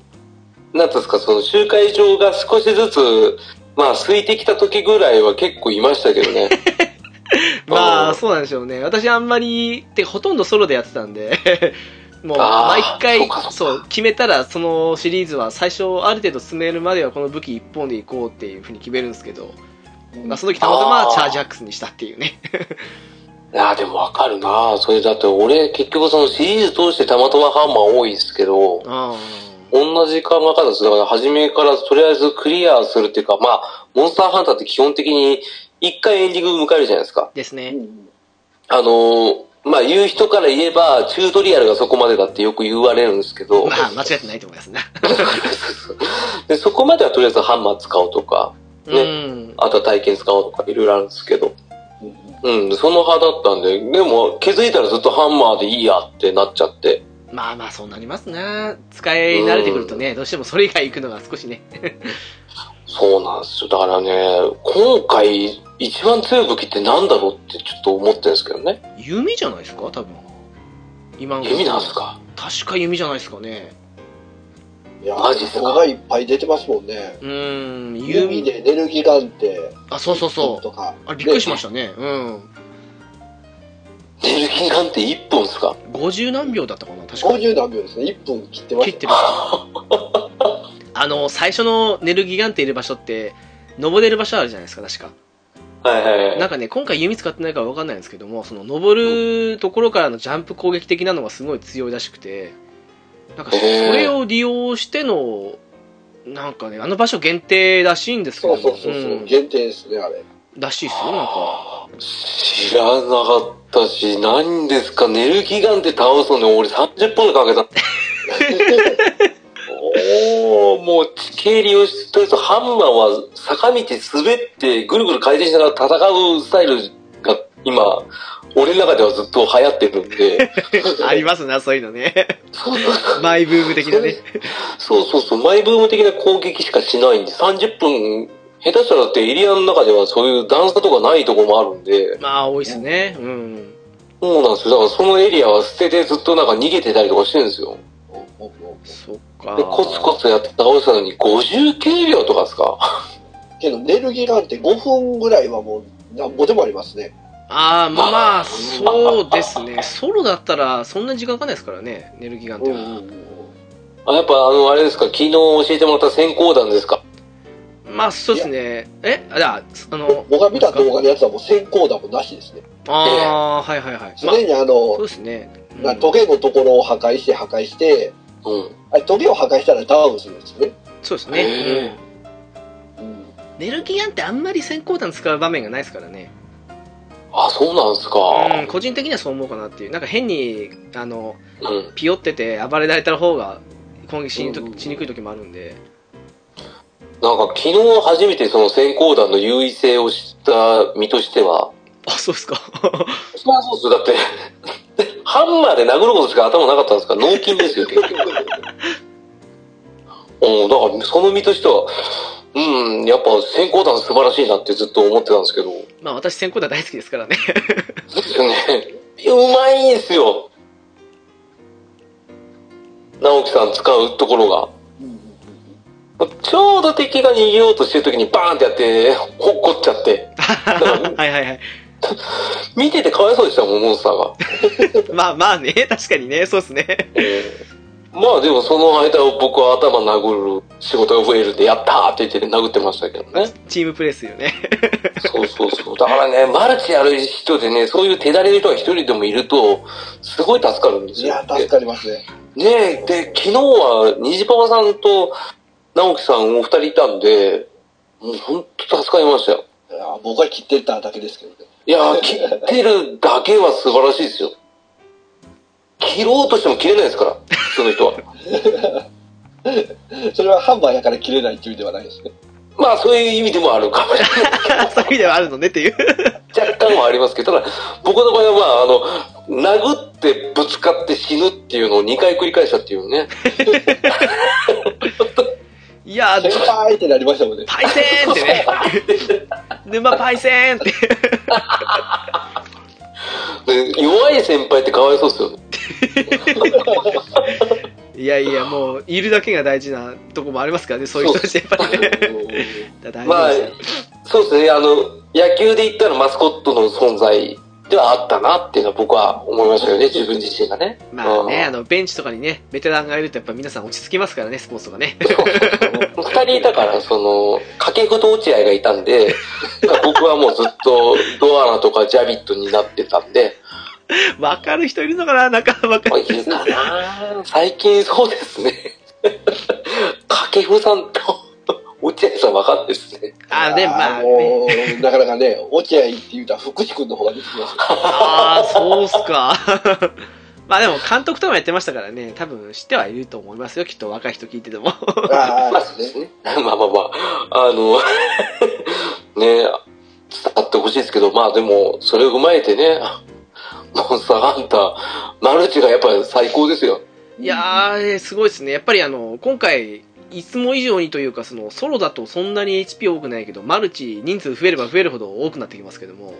なんていうんですか、その集会場が少しずつ、まあ、空いてきた時ぐらいは結構いましたけ どね。まうあ、んそうなんでしょうね。私あんまり、てかほとんどソロでやってたんで、 もう、あー毎そう回かそう、かそう、決めたら、そのシリーズは最初、ある程度進めるまではこの武器一本でいこうっていうふうに決めるんですけど、まあ、その時たまたあまーチャージアックスにしたっていう ね。いや、でもわかるなそれだって俺、結局そのシリーズ通してたまたまハンマー多いですけど、あ同じ考え方です。だから、初めからとりあえずクリアするっていうか、まあ、モンスターハンターって基本的に一回エンディング迎えるじゃないですか。ーですうね。んあのーまあ、言う人から言えば、チュートリアルがそこまでだってよく言われるんですけど、まあ、間違ってないと思いますね。でそこまではとりあえずハンマー使おうとか、うねん。あとは体験使おうとか、いろいろあるんですけど、ううんん、その派だったんで、でも気づいたらずっとハンマーでいいやってなっちゃって、まあまあ、そうなりますな。使い慣れてくるとね、どうしてもそれ以外行くのが少しね。そうなんですよ。だからね、今回一番強い武器ってなんだろうってちょっと思ってるんですけどね。弓じゃないですか多分。今の。弓なんですか確か弓じゃないですかね。いや、ママジジっすかがいっぱい出てますもんね。うーん、弓弓でエネルギーガンって、あ、そうそうそとか。う。あ、びっくりしましたね。うん。ネルギンガンって1分ですか50何秒だったかな確かに。 50何秒ですね。1分切ってま切っしてた。る。 あの、最初のネルギガンっている場所って、登れる場所あるじゃないですか、確か。はいはいはい。なんかね、今回弓使ってないから分かんないんですけども、その登るところからのジャンプ攻撃的なのがすごい強いらしくて、なんかそへーれを利用しての、なんかね、あの場所限定らしいんですけどそうもそうそうそう、ん限定ですね、あれ。らしいですよ、なん か。知らなかったし、何ですか、ネルギガンって倒すのに俺30分でかけた。おー、もう地形利用して、とりあえずハンマーは坂道滑ってぐるぐる回転しながら戦うスタイルが今、俺の中ではずっと流行ってるん で、ありますな、そういうのね。 そうマイブーム的なね。そうそうそう、マイブーム的な攻撃しかしないんで、30分、下手したらだってエリアの中ではそういう段差とかないとこもあるんで、まあ、多いですね。うん。そうなんですよ。だからそのエリアは捨ててずっとなんか逃げてたりとかしてるんですよ。そっかで、コツコツやって倒したのに59秒とかですかけど、ネルギランって5分ぐらいはもう、なんぼでもありますね。ああまあそうですねソロだったらそんなに時間かかんないですからねネルギガンっていうのはあやっぱあの、あれですか、昨日教えてもらった先行弾ですかまあそうですねえあじゃああの僕が見た動画のやつはもう先行弾もなしですね。ああーはいはいはいまあ常にあのそ、うですねうんなトゲのところを破壊して破壊して、うん。あれトゲを破壊したらダウンするんですね。そうですへねーうんうんネルギガンってあんまり先行弾使う場面がないですからねあ、そうなんですうんか。個人的にはそう思うかなっていうなんか変にあのうん。ピヨってて暴れられた方が攻撃しにとうんうんうんしにくい時もあるんでなんか昨日初めてその先行弾の優位性を知った身としては、あそうですか そりゃそうですよだって、 ハンマーで殴ることしか頭なかったんですから、脳筋です よ、結局。うん、だから、その身としては、うん、やっぱ先行弾素晴らしいなってずっと思ってたんですけど、まあ私先行弾大好きですからねそうですよね。 うまいんですよ。直樹さん使うところが。ちょうど敵が逃げようとしてる時にバーンってやって、ほっこっちゃって。はいはいはい見ててかわいそうでしたもん、モンスター が。まあまあね確かにねそうですねまあでもその間を僕は頭殴る仕事が増えるんでやったーって言って殴ってましたけどね。 チームプレーですよね そうそうそう。だからね、マルチやる人でね、そういう手だれの人が一人でもいると、すごい助かるんでいすよや、。助かりますね。ねえ、で、昨日は、虹パパさんと直樹さんお二人いたんで、もう本当助かりましたよ。いや僕は切ってただけですけどね。いやー、切ってるだけは素晴らしいですよ。切ろうとしても切れないですから、その人は。 それはハンマーやから切れないっていう意味ではないですね。まあそういう意味でもあるかもしれない。 そういう意味ではあるのねっていう 若干はありますけど、ただ、僕の場合は、まあ、あの、殴ってぶつかって死ぬっていうのを2回繰り返したっていうね。いや先ー輩ってなりましたもんね。パイセーンってね 沼パイセーンってで弱い先輩ってかわいそうですよね。いやいやもういるだけが大事なとこもありますからねそういう人たちやっぱりね だからまあ大事ですよ、そうですね、あの、野球で言ったらマスコットの存在ではあったなっていうのは僕は思いましたよね、自分自身がね。まあね、あうんの、ベンチとかにね、ベテランがいるとやっぱ皆さん落ち着きますからね、スポーツとかね。二人いたから、その、掛け事落合がいた んで、僕はもうずっとドアナとかジャビットになってたん で、わかる人いるのかななんかわかまあ、るいるかな最近そうですね。掛布さんと落合さん分かんないですね。 あ、で、まあ、ね、もう、なかなかね、落合って言うたら福士君の方が出てきますよ。ああ、そうっすか。 まあでも、監督とかもやってましたからね、多分知ってはいると思いますよ、きっと若い人聞いてても。あまああ、そうですね。まあまあまあ、あの、 ね、伝わってほしいですけど、まあでも、それを踏まえてね、モンスターハンター、マルチがやっぱり最高ですよ。いやー、すごいですね。やっぱりあの、今回、いつも以上にというか、その、ソロだとそんなに HP 多くないけど、マルチ、人数増えれば増えるほど多くなってきますけども。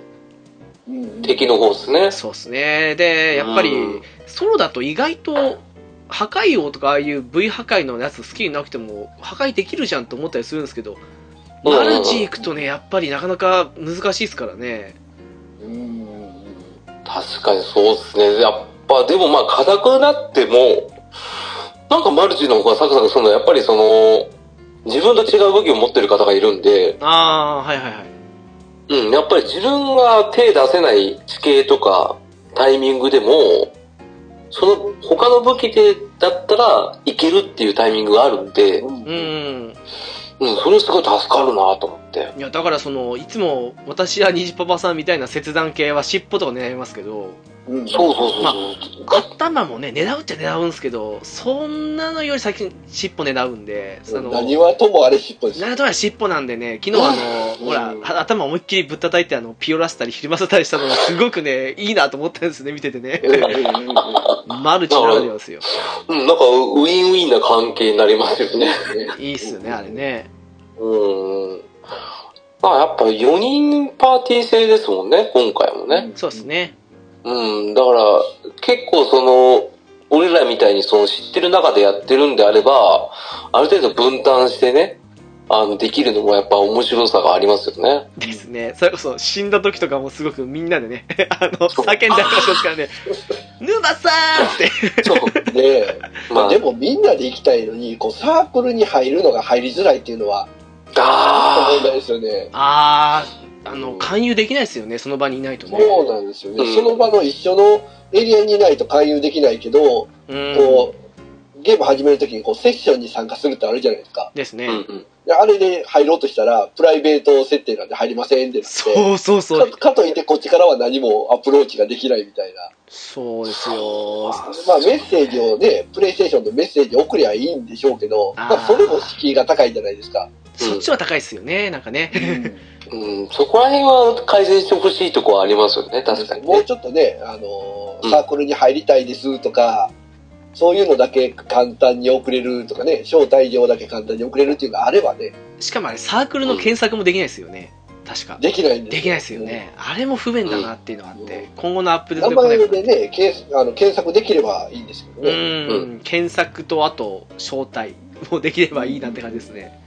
うん敵の方ですね。そうですね。で、やっぱりうん、ソロだと意外と、破壊王とかああいう V 破壊のやつ好きになくても、破壊できるじゃんと思ったりするんですけど、うんマルチ行くとね、やっぱりなかなか難しいですからね。うん確かにそうですね。やっぱ、でもまあ、硬くなっても、なんかマルチの方がサクサクするのは、やっぱりその、自分と違う武器を持ってる方がいるんで、ああ、はいはいはい。うん、やっぱり自分が手出せない地形とかタイミングでも、その他の武器でだったらいけるっていうタイミングがあるんで、ううんん。うん、それすごい助かるなと思って。いや、だからその、いつも私や虹パパさんみたいな切断系は尻尾とか狙いますけど、うんそうそうそうそう。ま頭もね、狙うっちゃ狙うんですけど、そんなのより先に尻尾狙うんで、その、何はともあれ尻尾で すよ。ナルトは尻尾なんでね、昨日あの、うんほら、あ頭思いっきりぶったたいて、あの、ピオラしたり、ひるませたりしたのが、すごくね、いいなと思ったんですね、見ててね。マルチならではですよ。うん、なんかウィンウィンな関係になりますよね。いいっすよね、あれね。うん。まあやっぱ4人パーティー制ですもんね、今回もね。そうですね。うん、だから、結構その、俺らみたいにその知ってる中でやってるんであれば、ある程度分担してね、あの、できるのもやっぱ面白さがありますよね。ですね。それこそ死んだ時とかもすごくみんなでね、 あの、叫んだりとかしますから ね、沼さんって。そう。 ねえ。 まあ、でもみんなで行きたいのに、こうサークルに入るのが入りづらいっていうのは、あ問題ですよね。あー、あの、勧誘できないですよね、その場にいないとね。そうなんですよね。うんその場の一緒のエリアにいないと勧誘できないけど、うん。こう、ゲーム始めるときにこうセッションに参加するってあるじゃないですか。ですね。ー。うんうん。であれで入ろうとしたら、プライベート設定なんで入りませんってなって。そうそうそう。かかといってこっちからは何もアプローチができないみたいな。そうですよ。まあメッセージをね、プレイステーションのメッセージ送りゃいいんでしょうけど、あーまあそれも敷居が高いじゃないで すか。そっちは高いですよね、なんかね。うん、そこら辺は改善してほしいとこはありますよね、確かに、もうね。ちょっとね、あのうーんサークルに入りたいですとか、そういうのだけ簡単に送れるとかね、招待状だけ簡単に送れるっていうのがあればね、しかもあれ、サークルの検索もできないですよね。確か。できないんですできないですよ。ね。あれも不便だなっていうのがあって、う今後のアップデー名トで来ない前かなでね、けあの検索できればいいんですけどうね。ん、検索とあと招待もできればいいなって感じですね。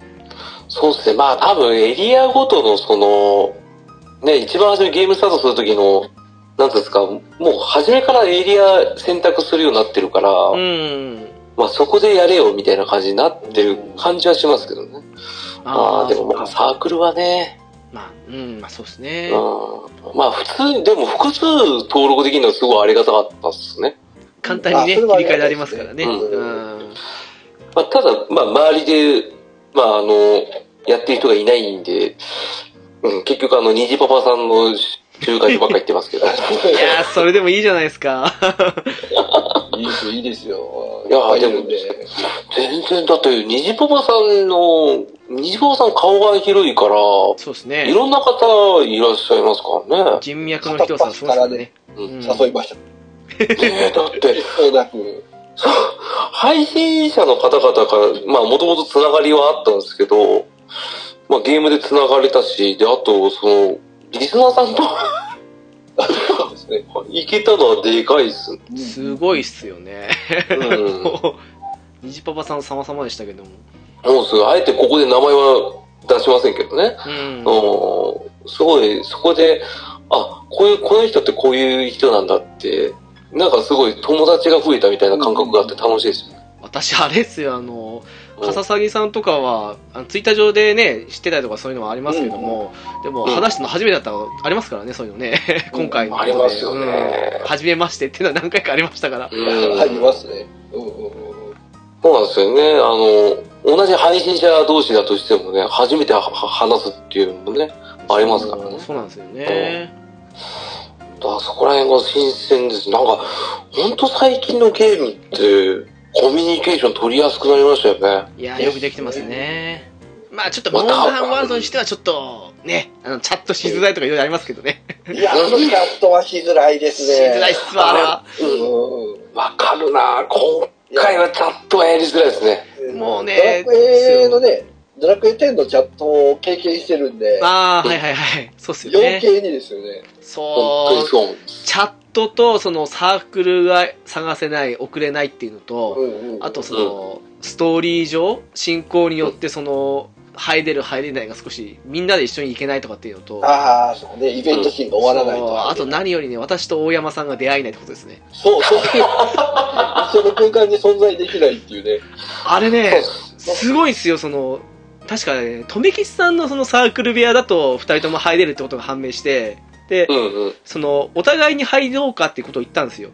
そうですね。まあ多分エリアごとのその、ね、一番初めゲームスタートするときの、なんていうんですか、もう初めからエリア選択するようになってるから、うん。まあそこでやれよみたいな感じになってる感じはしますけどね。ああー、でもまあそうかサークルはね、まあ、うん、まあそうですね。うん、まあ普通に、でも複数登録できるのはすごいありがたかったっすね。簡単にね、あ切それはり替えられますからね。ありがたいですねうん。まあただ、まあ周りで、まああの、やってる人がいないんで、うん、結局あの、虹パパさんの集会所ばっかり行って ますけど。いやー、それでもいいじゃないです か。いいですよ、いいですよ。いやー入れるんで。全然、だって、ニジパパさんの、ニジパパさん顔が広いから、そうですいね。ろんな方いらっしゃいますからね。人脈の広さはそうですよね。うんうん誘いました。ねえだって、そうなく。そう配信者の方々から、まあ、もともとつながりはあったんですけど、まあ、ゲームでつながれたし、で、あと、その、リスナー さんとそうですね。行けたのはでかいっす。うん。すごいっすよね。ももう、 虹パパさん様々でしたけども。うすぐ、あえてここで名前は出しませんけどね。うん。うん、すごい、そこで、あ、こういう、この人ってこういう人なんだって、なんかすごい友達が増えたみたいな感覚があって楽しいですよね。私、あれっすよ、あの、うん笠サギさんとかは、あのツイッター上でね、知ってたりとかそういうのはありますけども、でも、うん話したの初めてだったのありますからね、そういうのね。 今回のことで。ありますよねうん初めましてっていうのは何回かありましたから。うん入りますね。うんうんうん。そうなんですよね。あの、同じ配信者同士だとしてもね、初めてはは話すっていうのもね、ありますからね。そうなんですよね。だからそこら辺が新鮮です。なんか、ほんと最近のゲームって、コミュニケーション取りやすくなりましたよね。いや、よくできてますね。まあ、ちょっと、モンハンワールドにしては、ちょっと、ね、あの、チャットしづらいとかいろいろありますけどね。いや、それカットはしづらいでしすね。づらいっすわ、あれは。うん。うんうん。わかるな今回はチャットはやりづらいですね。もうねドラクエのね、ドラクエ10のチャットを経験してるんで、ああ、はいはいはい。そうっすよ余ね。計にですよね。そ本当にう。そう思う。チャットと、その、サークルが探せない、送れないっていうのと、うんうんあとその、ストーリー上、進行によってその、入れる入れないが少し、みんなで一緒に行けないとかっていうのと、ああ、そうね、イベントシーンが終わらないそうと。あと何よりね、私と大山さんが出会えないってことですね。そう、そう。 一緒の空間に存在できないっていうね。あれね、そうすごいんすよ、その、確かね、とめきちさんのそのサークル部屋だと、二人とも入れるってことが判明して、でう、んうん。その、お互いに入ろうかってことを言ったんですよ。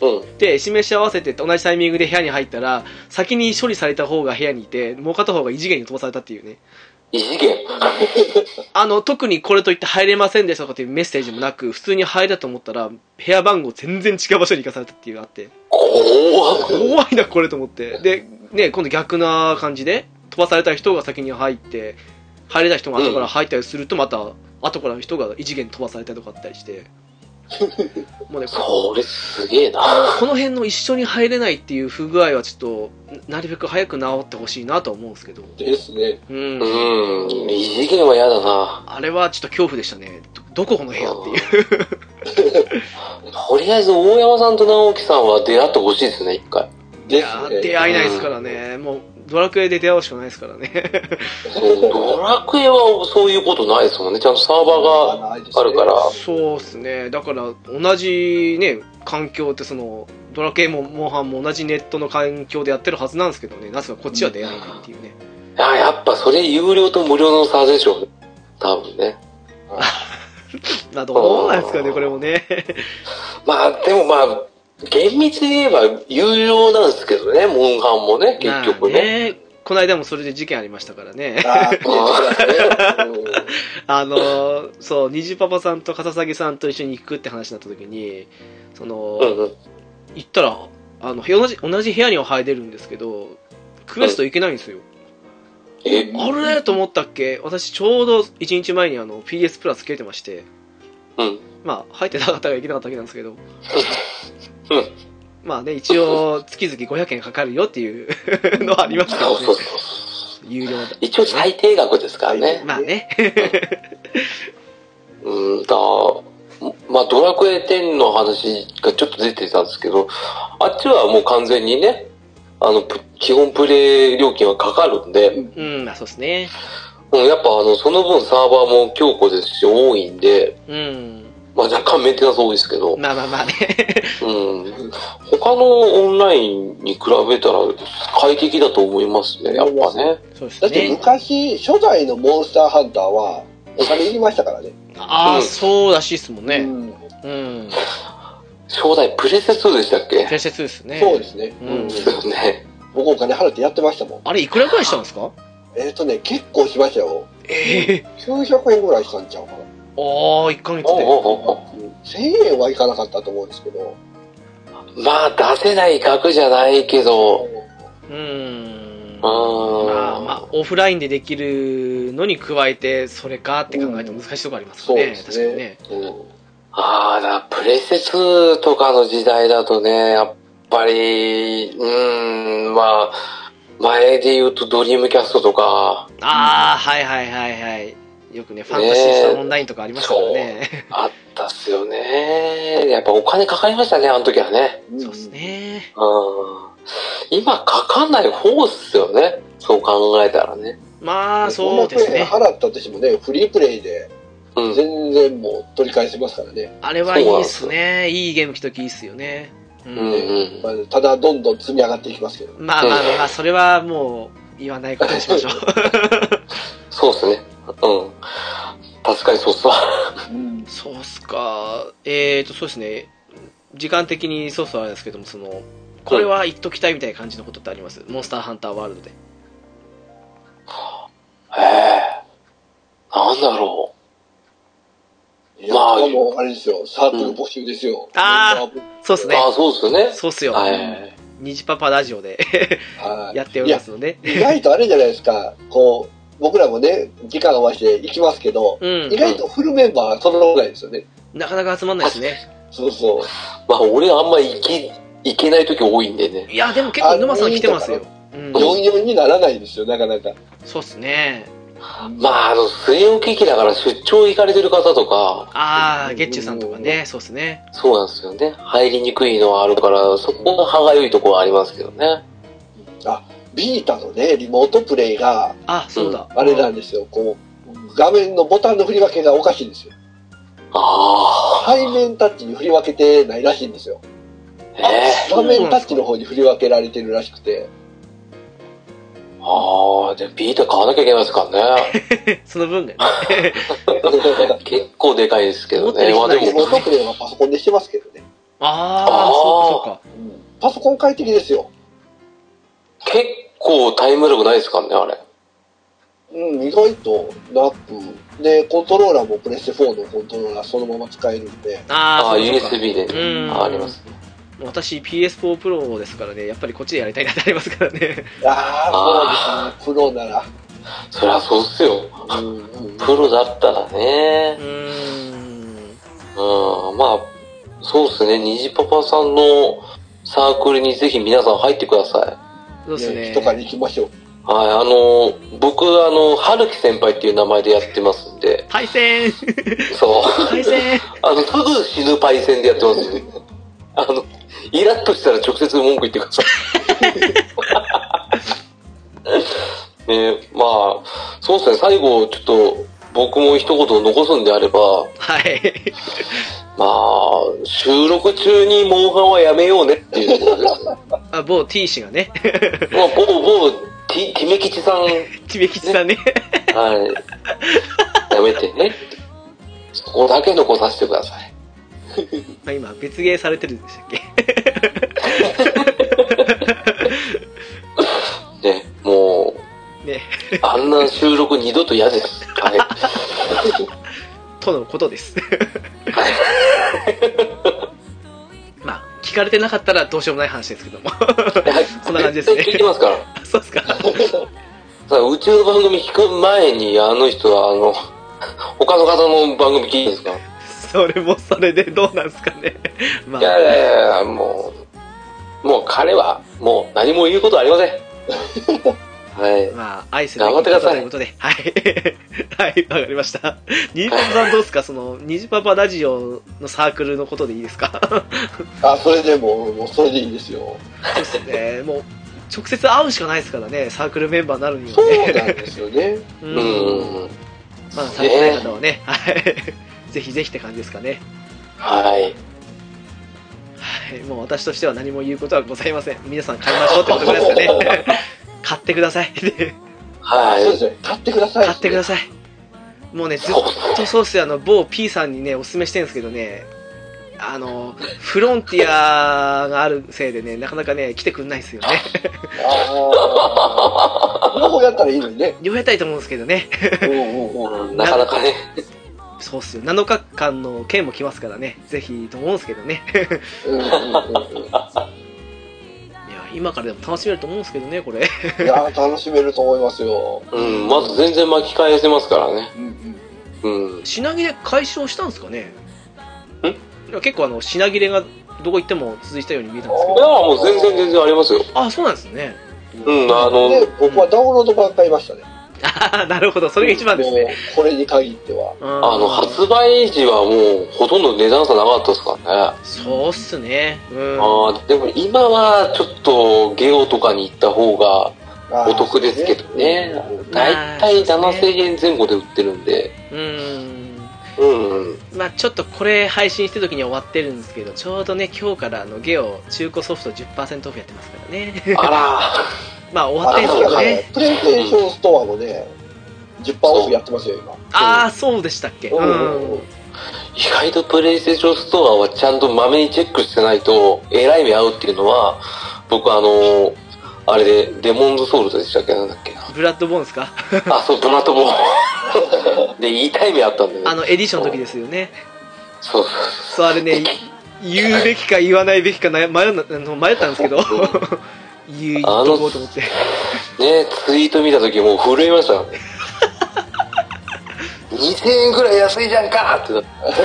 うん。で、示し合わせて同じタイミングで部屋に入ったら、先に処理された方が部屋にいて、もう片方が異次元に飛ばされたっていうね。異次元。あの、特にこれといって入れませんでしたとかっていうメッセージもなく、普通に入れたと思ったら、部屋番号全然違う場所に行かされたっていうのがあって、怖っ。怖いな、これと思って。で、ね、今度逆な感じで、飛ばされた人が先に入って、入れた人が後から入ったりすると、また、後からの人が異次元飛ばされたりとかあったりして、もうね、こそれすげえなこの辺の一緒に入れないっていう不具合はちょっと、なるべく早く治ってほしいなとは思うんですけど、ですね。うんう。ん。異次元は嫌だなあれはちょっと恐怖でしたね。どどここの部屋っていう。そ とりあえず大山さんと直樹さんは出会ってほしいですね、一回。いでやすーね。出会えないですからね、もうドラクエで出会うしかないですからねそうドラクエはそういうことないですもんね。ちゃんとサーバーがあるから。そうっすねだから同じね環境ってそのドラクエもモンハンも同じネットの環境でやってるはずなんですけどねなぜかこっちは出会えないっていうね、あやっぱそれ有料と無料の差でしょうね。多分ね。まあどうなんですかねこれもねまあでもまあ、厳密に言えば有料なんですけどね、モンハンもね、結局まあね。この間もそれで事件ありましたからね あー そうですねあのーそう虹パパさんと笠崎さんと一緒に行くって話になった時にその、うんうん。行ったらあの同じ同じ部屋には入れるんですけどクエスト行けないんですよ、え、あれと思ったっけ私ちょうど1日前にあの PS プラス切れてましてうん。まあ入ってなかったから行けなかったわけなんですけどうんまあね一応月々500円かかるよっていうのはありますからそうねそうそう。有料だ一応最低額ですからね。まあねうんだ、まあドラクエ10の話がちょっと出てたんですけど、あっちはもう完全にね、あの、プ基本プレイ料金はかかるんで、うんまあそうですねうん、やっぱあの、その分サーバーも強固ですし多いんで、うんまあ若干メンテナンス多いですけど、うん。まあまあまあね他のオンラインに比べたら快適だと思いますね、やっぱね。そうですだってね昔、初代のモンスターハンターは、お金いりましたからね。あうあんそうらしいですもんうねんうん初代プレセ2でしたっけ大切ですねそうですね。ううんんですよ ね。僕お金払ってやってましたもん。あれいくらぐらいしたんですかえっとね、結構しましたよ。え え900円ぐらいしたんちゃうかな。ああ1ヶ月おうでおうおう1000円はいかなかったと思うんですけど。まあ出せない額じゃないけど、うんうんまあまあオフラインでできるのに加えてそれかって考えても難しいところありますかそうらね、です確かにねね。うんああ、だからプレセ2とかの時代だとね、やっぱり、うーん、まあ、前で言うとドリームキャストとか、ああはいはいはいはいよくねファンタジースターオンラインとかありましたからねあったっすよね。やっぱお金かかりましたね、あの時はね。 そうですねうん。今かかんない方っすよね。そう考えたらね。まあこんそなうですプレイね払ったとしてもね、フリープレイでうん。全然もう取り返せますからね。あれはいいっすねいいゲーム来ときいいっすよねうん、うんうん。まあただ、どんどん積み上がっていきますけど。まあまあまあそれはもう言わないことにしましょうそうっすね。うん。確かにそうっすわ。うん そうっすかえーとそうですね時間的にそうそうあれですけどもそのこれは言っときたいみたいな感じのことってありますモンスターハンターワールドでへえ。なんだろいや、まあもうあれですよ、サークル募集ですよ。あそうっすう。ねああ、そうっすね。そうっすよ、はい。虹パパラジオで はいやっておりますので、意外とあれじゃないですか、こう、僕らもね、時間合わせて行きますけど、うん意、外とフルメンバーは揃わないですよね。なかなか集まんないですね。そうそう。まあ、俺あんま行き、行けない時多いんでね。いや、でも結構沼さん来てますよ。うん、 44にならないですよ、なかなか。そうっすね。まあ、あの、水曜劇だから出張行かれてる方とか、あー、ゲッチュさんとかね、そうっすね。そうなんですよね。入りにくいのはあるから、そこが歯がゆいところはありますけどね。ビータのね、リモートプレイが、あ、そうだ。あれなんですよ、こう、画面のボタンの振り分けがおかしいんですよ。あ背面タッチに振り分けてないらしいんですよ。あ、ええ画面タッチの方に振り分けられてるらしくて。ああ、で、ビータ買わなきゃいけないですからね。 その分がね。結構でかいですけど思ったよね。りまあで少ないリもモ、ートプレイはパソコンでしてますけどね。 あー、あーそうかそうか。うんパソコン快適ですよ。結構タイムラグないですからね、あれ。うん、意外となく、で、コントローラーもプレステ4のコントローラーそのまま使えるんで、あああ、ー、そうかそうか。 USB でうね。んああります。私 PS4 プロですからね、やっぱりこっちでやりたいなってありますから ね。ああ、そうですね、プロなら。そりゃそうっすよ。うんうんプロだったらねう。ーん。うん、まあ、そうですね、虹パパさんのサークルにぜひ皆さん入ってください。そうっすね人。から行きましょう。はい、あの、僕、あの、春樹先輩っていう名前でやってますんで、対 戦そう、対戦あの、すぐ死ぬパイセンでやってますんで、あの、イラッとしたら直接文句言ってください。ねまあ、そうですね、最後、ちょっと、僕も一言残すんであれば、はい。まあ、収録中にモンハンはやめようねっていうと ころです。あ、某 T 氏がね、まあ、某某、ティ、ティメキチさん、ちびきちさんね。 はい。やめてね。そこだけ残させてください。まあ今、別芸されてるんでしたっけ ね、もう、ね、あんな収録二度と嫌です。はとのことです。 まあ、聞かれてなかったらどうしようもない話ですけども。 い。そんな感じですね絶対聞いてますから。そうっすか。さあ、うちの番組聞く前に、あの人は、あの、他の方の番組聞いてるんですかそれもそれでどうなんすかね。まいやあ、いやいや、もう、もう彼は、もう何も言うことはありま せん。はい。まあ、愛する生き方ということで。はい。 はい、わかりました。ニジパパさんどうっすかその、ニジパパラジオのサークルのことでいいですかあ、それでも、もうそれでいいですよ。そうっ すね。もう、直接会うしかないですからね、サークルメンバーになるにはそうね。なんですよね。う。うんん。まだされてない方はね、はい。ぜひぜひって感じですかね。はい。はい、もう私としては何も言うことはございません。皆さん買いましょうってことぐらいですかね。買ってください。はそうでい。すね。買ってください。買ってください。もうね、ずっとそうっすよ、あの、某 P さんにね、おすすめしてるんですけどね、あの、フロンティアがあるせいでね、なかなかね、来てくんないですよね。ああ。両方やったらいいのにね。両方やりたいと思うんですけどね。うんうんうん。うんなかなかね。そうっすよ、7日間の券も来ますからね、ぜひと思うんですけどね。うんうんうんいや、今からでも楽しめると思うんですけどね、これ。いやー、楽しめると思いますよ。うん、まず全然巻き返せますからね。うんうん。うん。品切れ解消したんですかねいや結構あの品切れがどこ行っても続いたように見えたんですけいどや、もう全然全然ありますよ。あそうなんですねうん、あの、で、僕はダウンロード版買いましたね。ああ なるほどそれが一番ですねもうこれに限っては。ああの、発売時はもう、ほとんど値段差なかったですからね。そうっすねうんあーでも今は、ちょっと、ゲオとかに行った方が、あーお得ですけどねそうですまあだいたいそうですね7000円前後で売ってるんで。うんうん。まあちょっとこれ配信してる時には終わってるんですけどちょうどね今日からあのゲオ中古ソフト10%オフやってますからね あまあ終わっあてれるんですけだかどらねね、プレイステーションストアもね、10%オフやってますよ、今。ああそうでしたっけううんんら、意外とプレイステーションストアはちゃんとまめにチェックしてないと、えらい目合うっていうのは、僕あの、あれで、デモンズソウルでしたっけなんだっ けな。ブラッドボーンですかあ、そう、ブラッドボーン。 で、痛い目あったんだよね。あのエディションの時ですよねそうそうそうあれね言うべきか言わないべきかな迷うなあの迷ったんですけど 言う言っとこうと思ってそう。ね、ツイート見た時もう震え ましたからね。2000円くらい安いじゃんかってなっ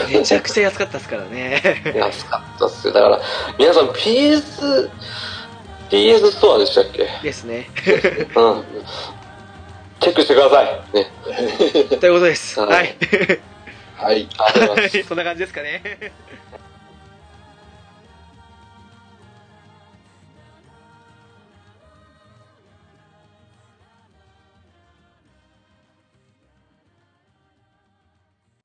めちゃくちゃ安かったですからねて安かったっすよ。だから、皆さん PS、PS ストアでしたっけですねうん。チェックしてください。ね。ということですはいはいはい。 ありがとうございます。そんな感じですかね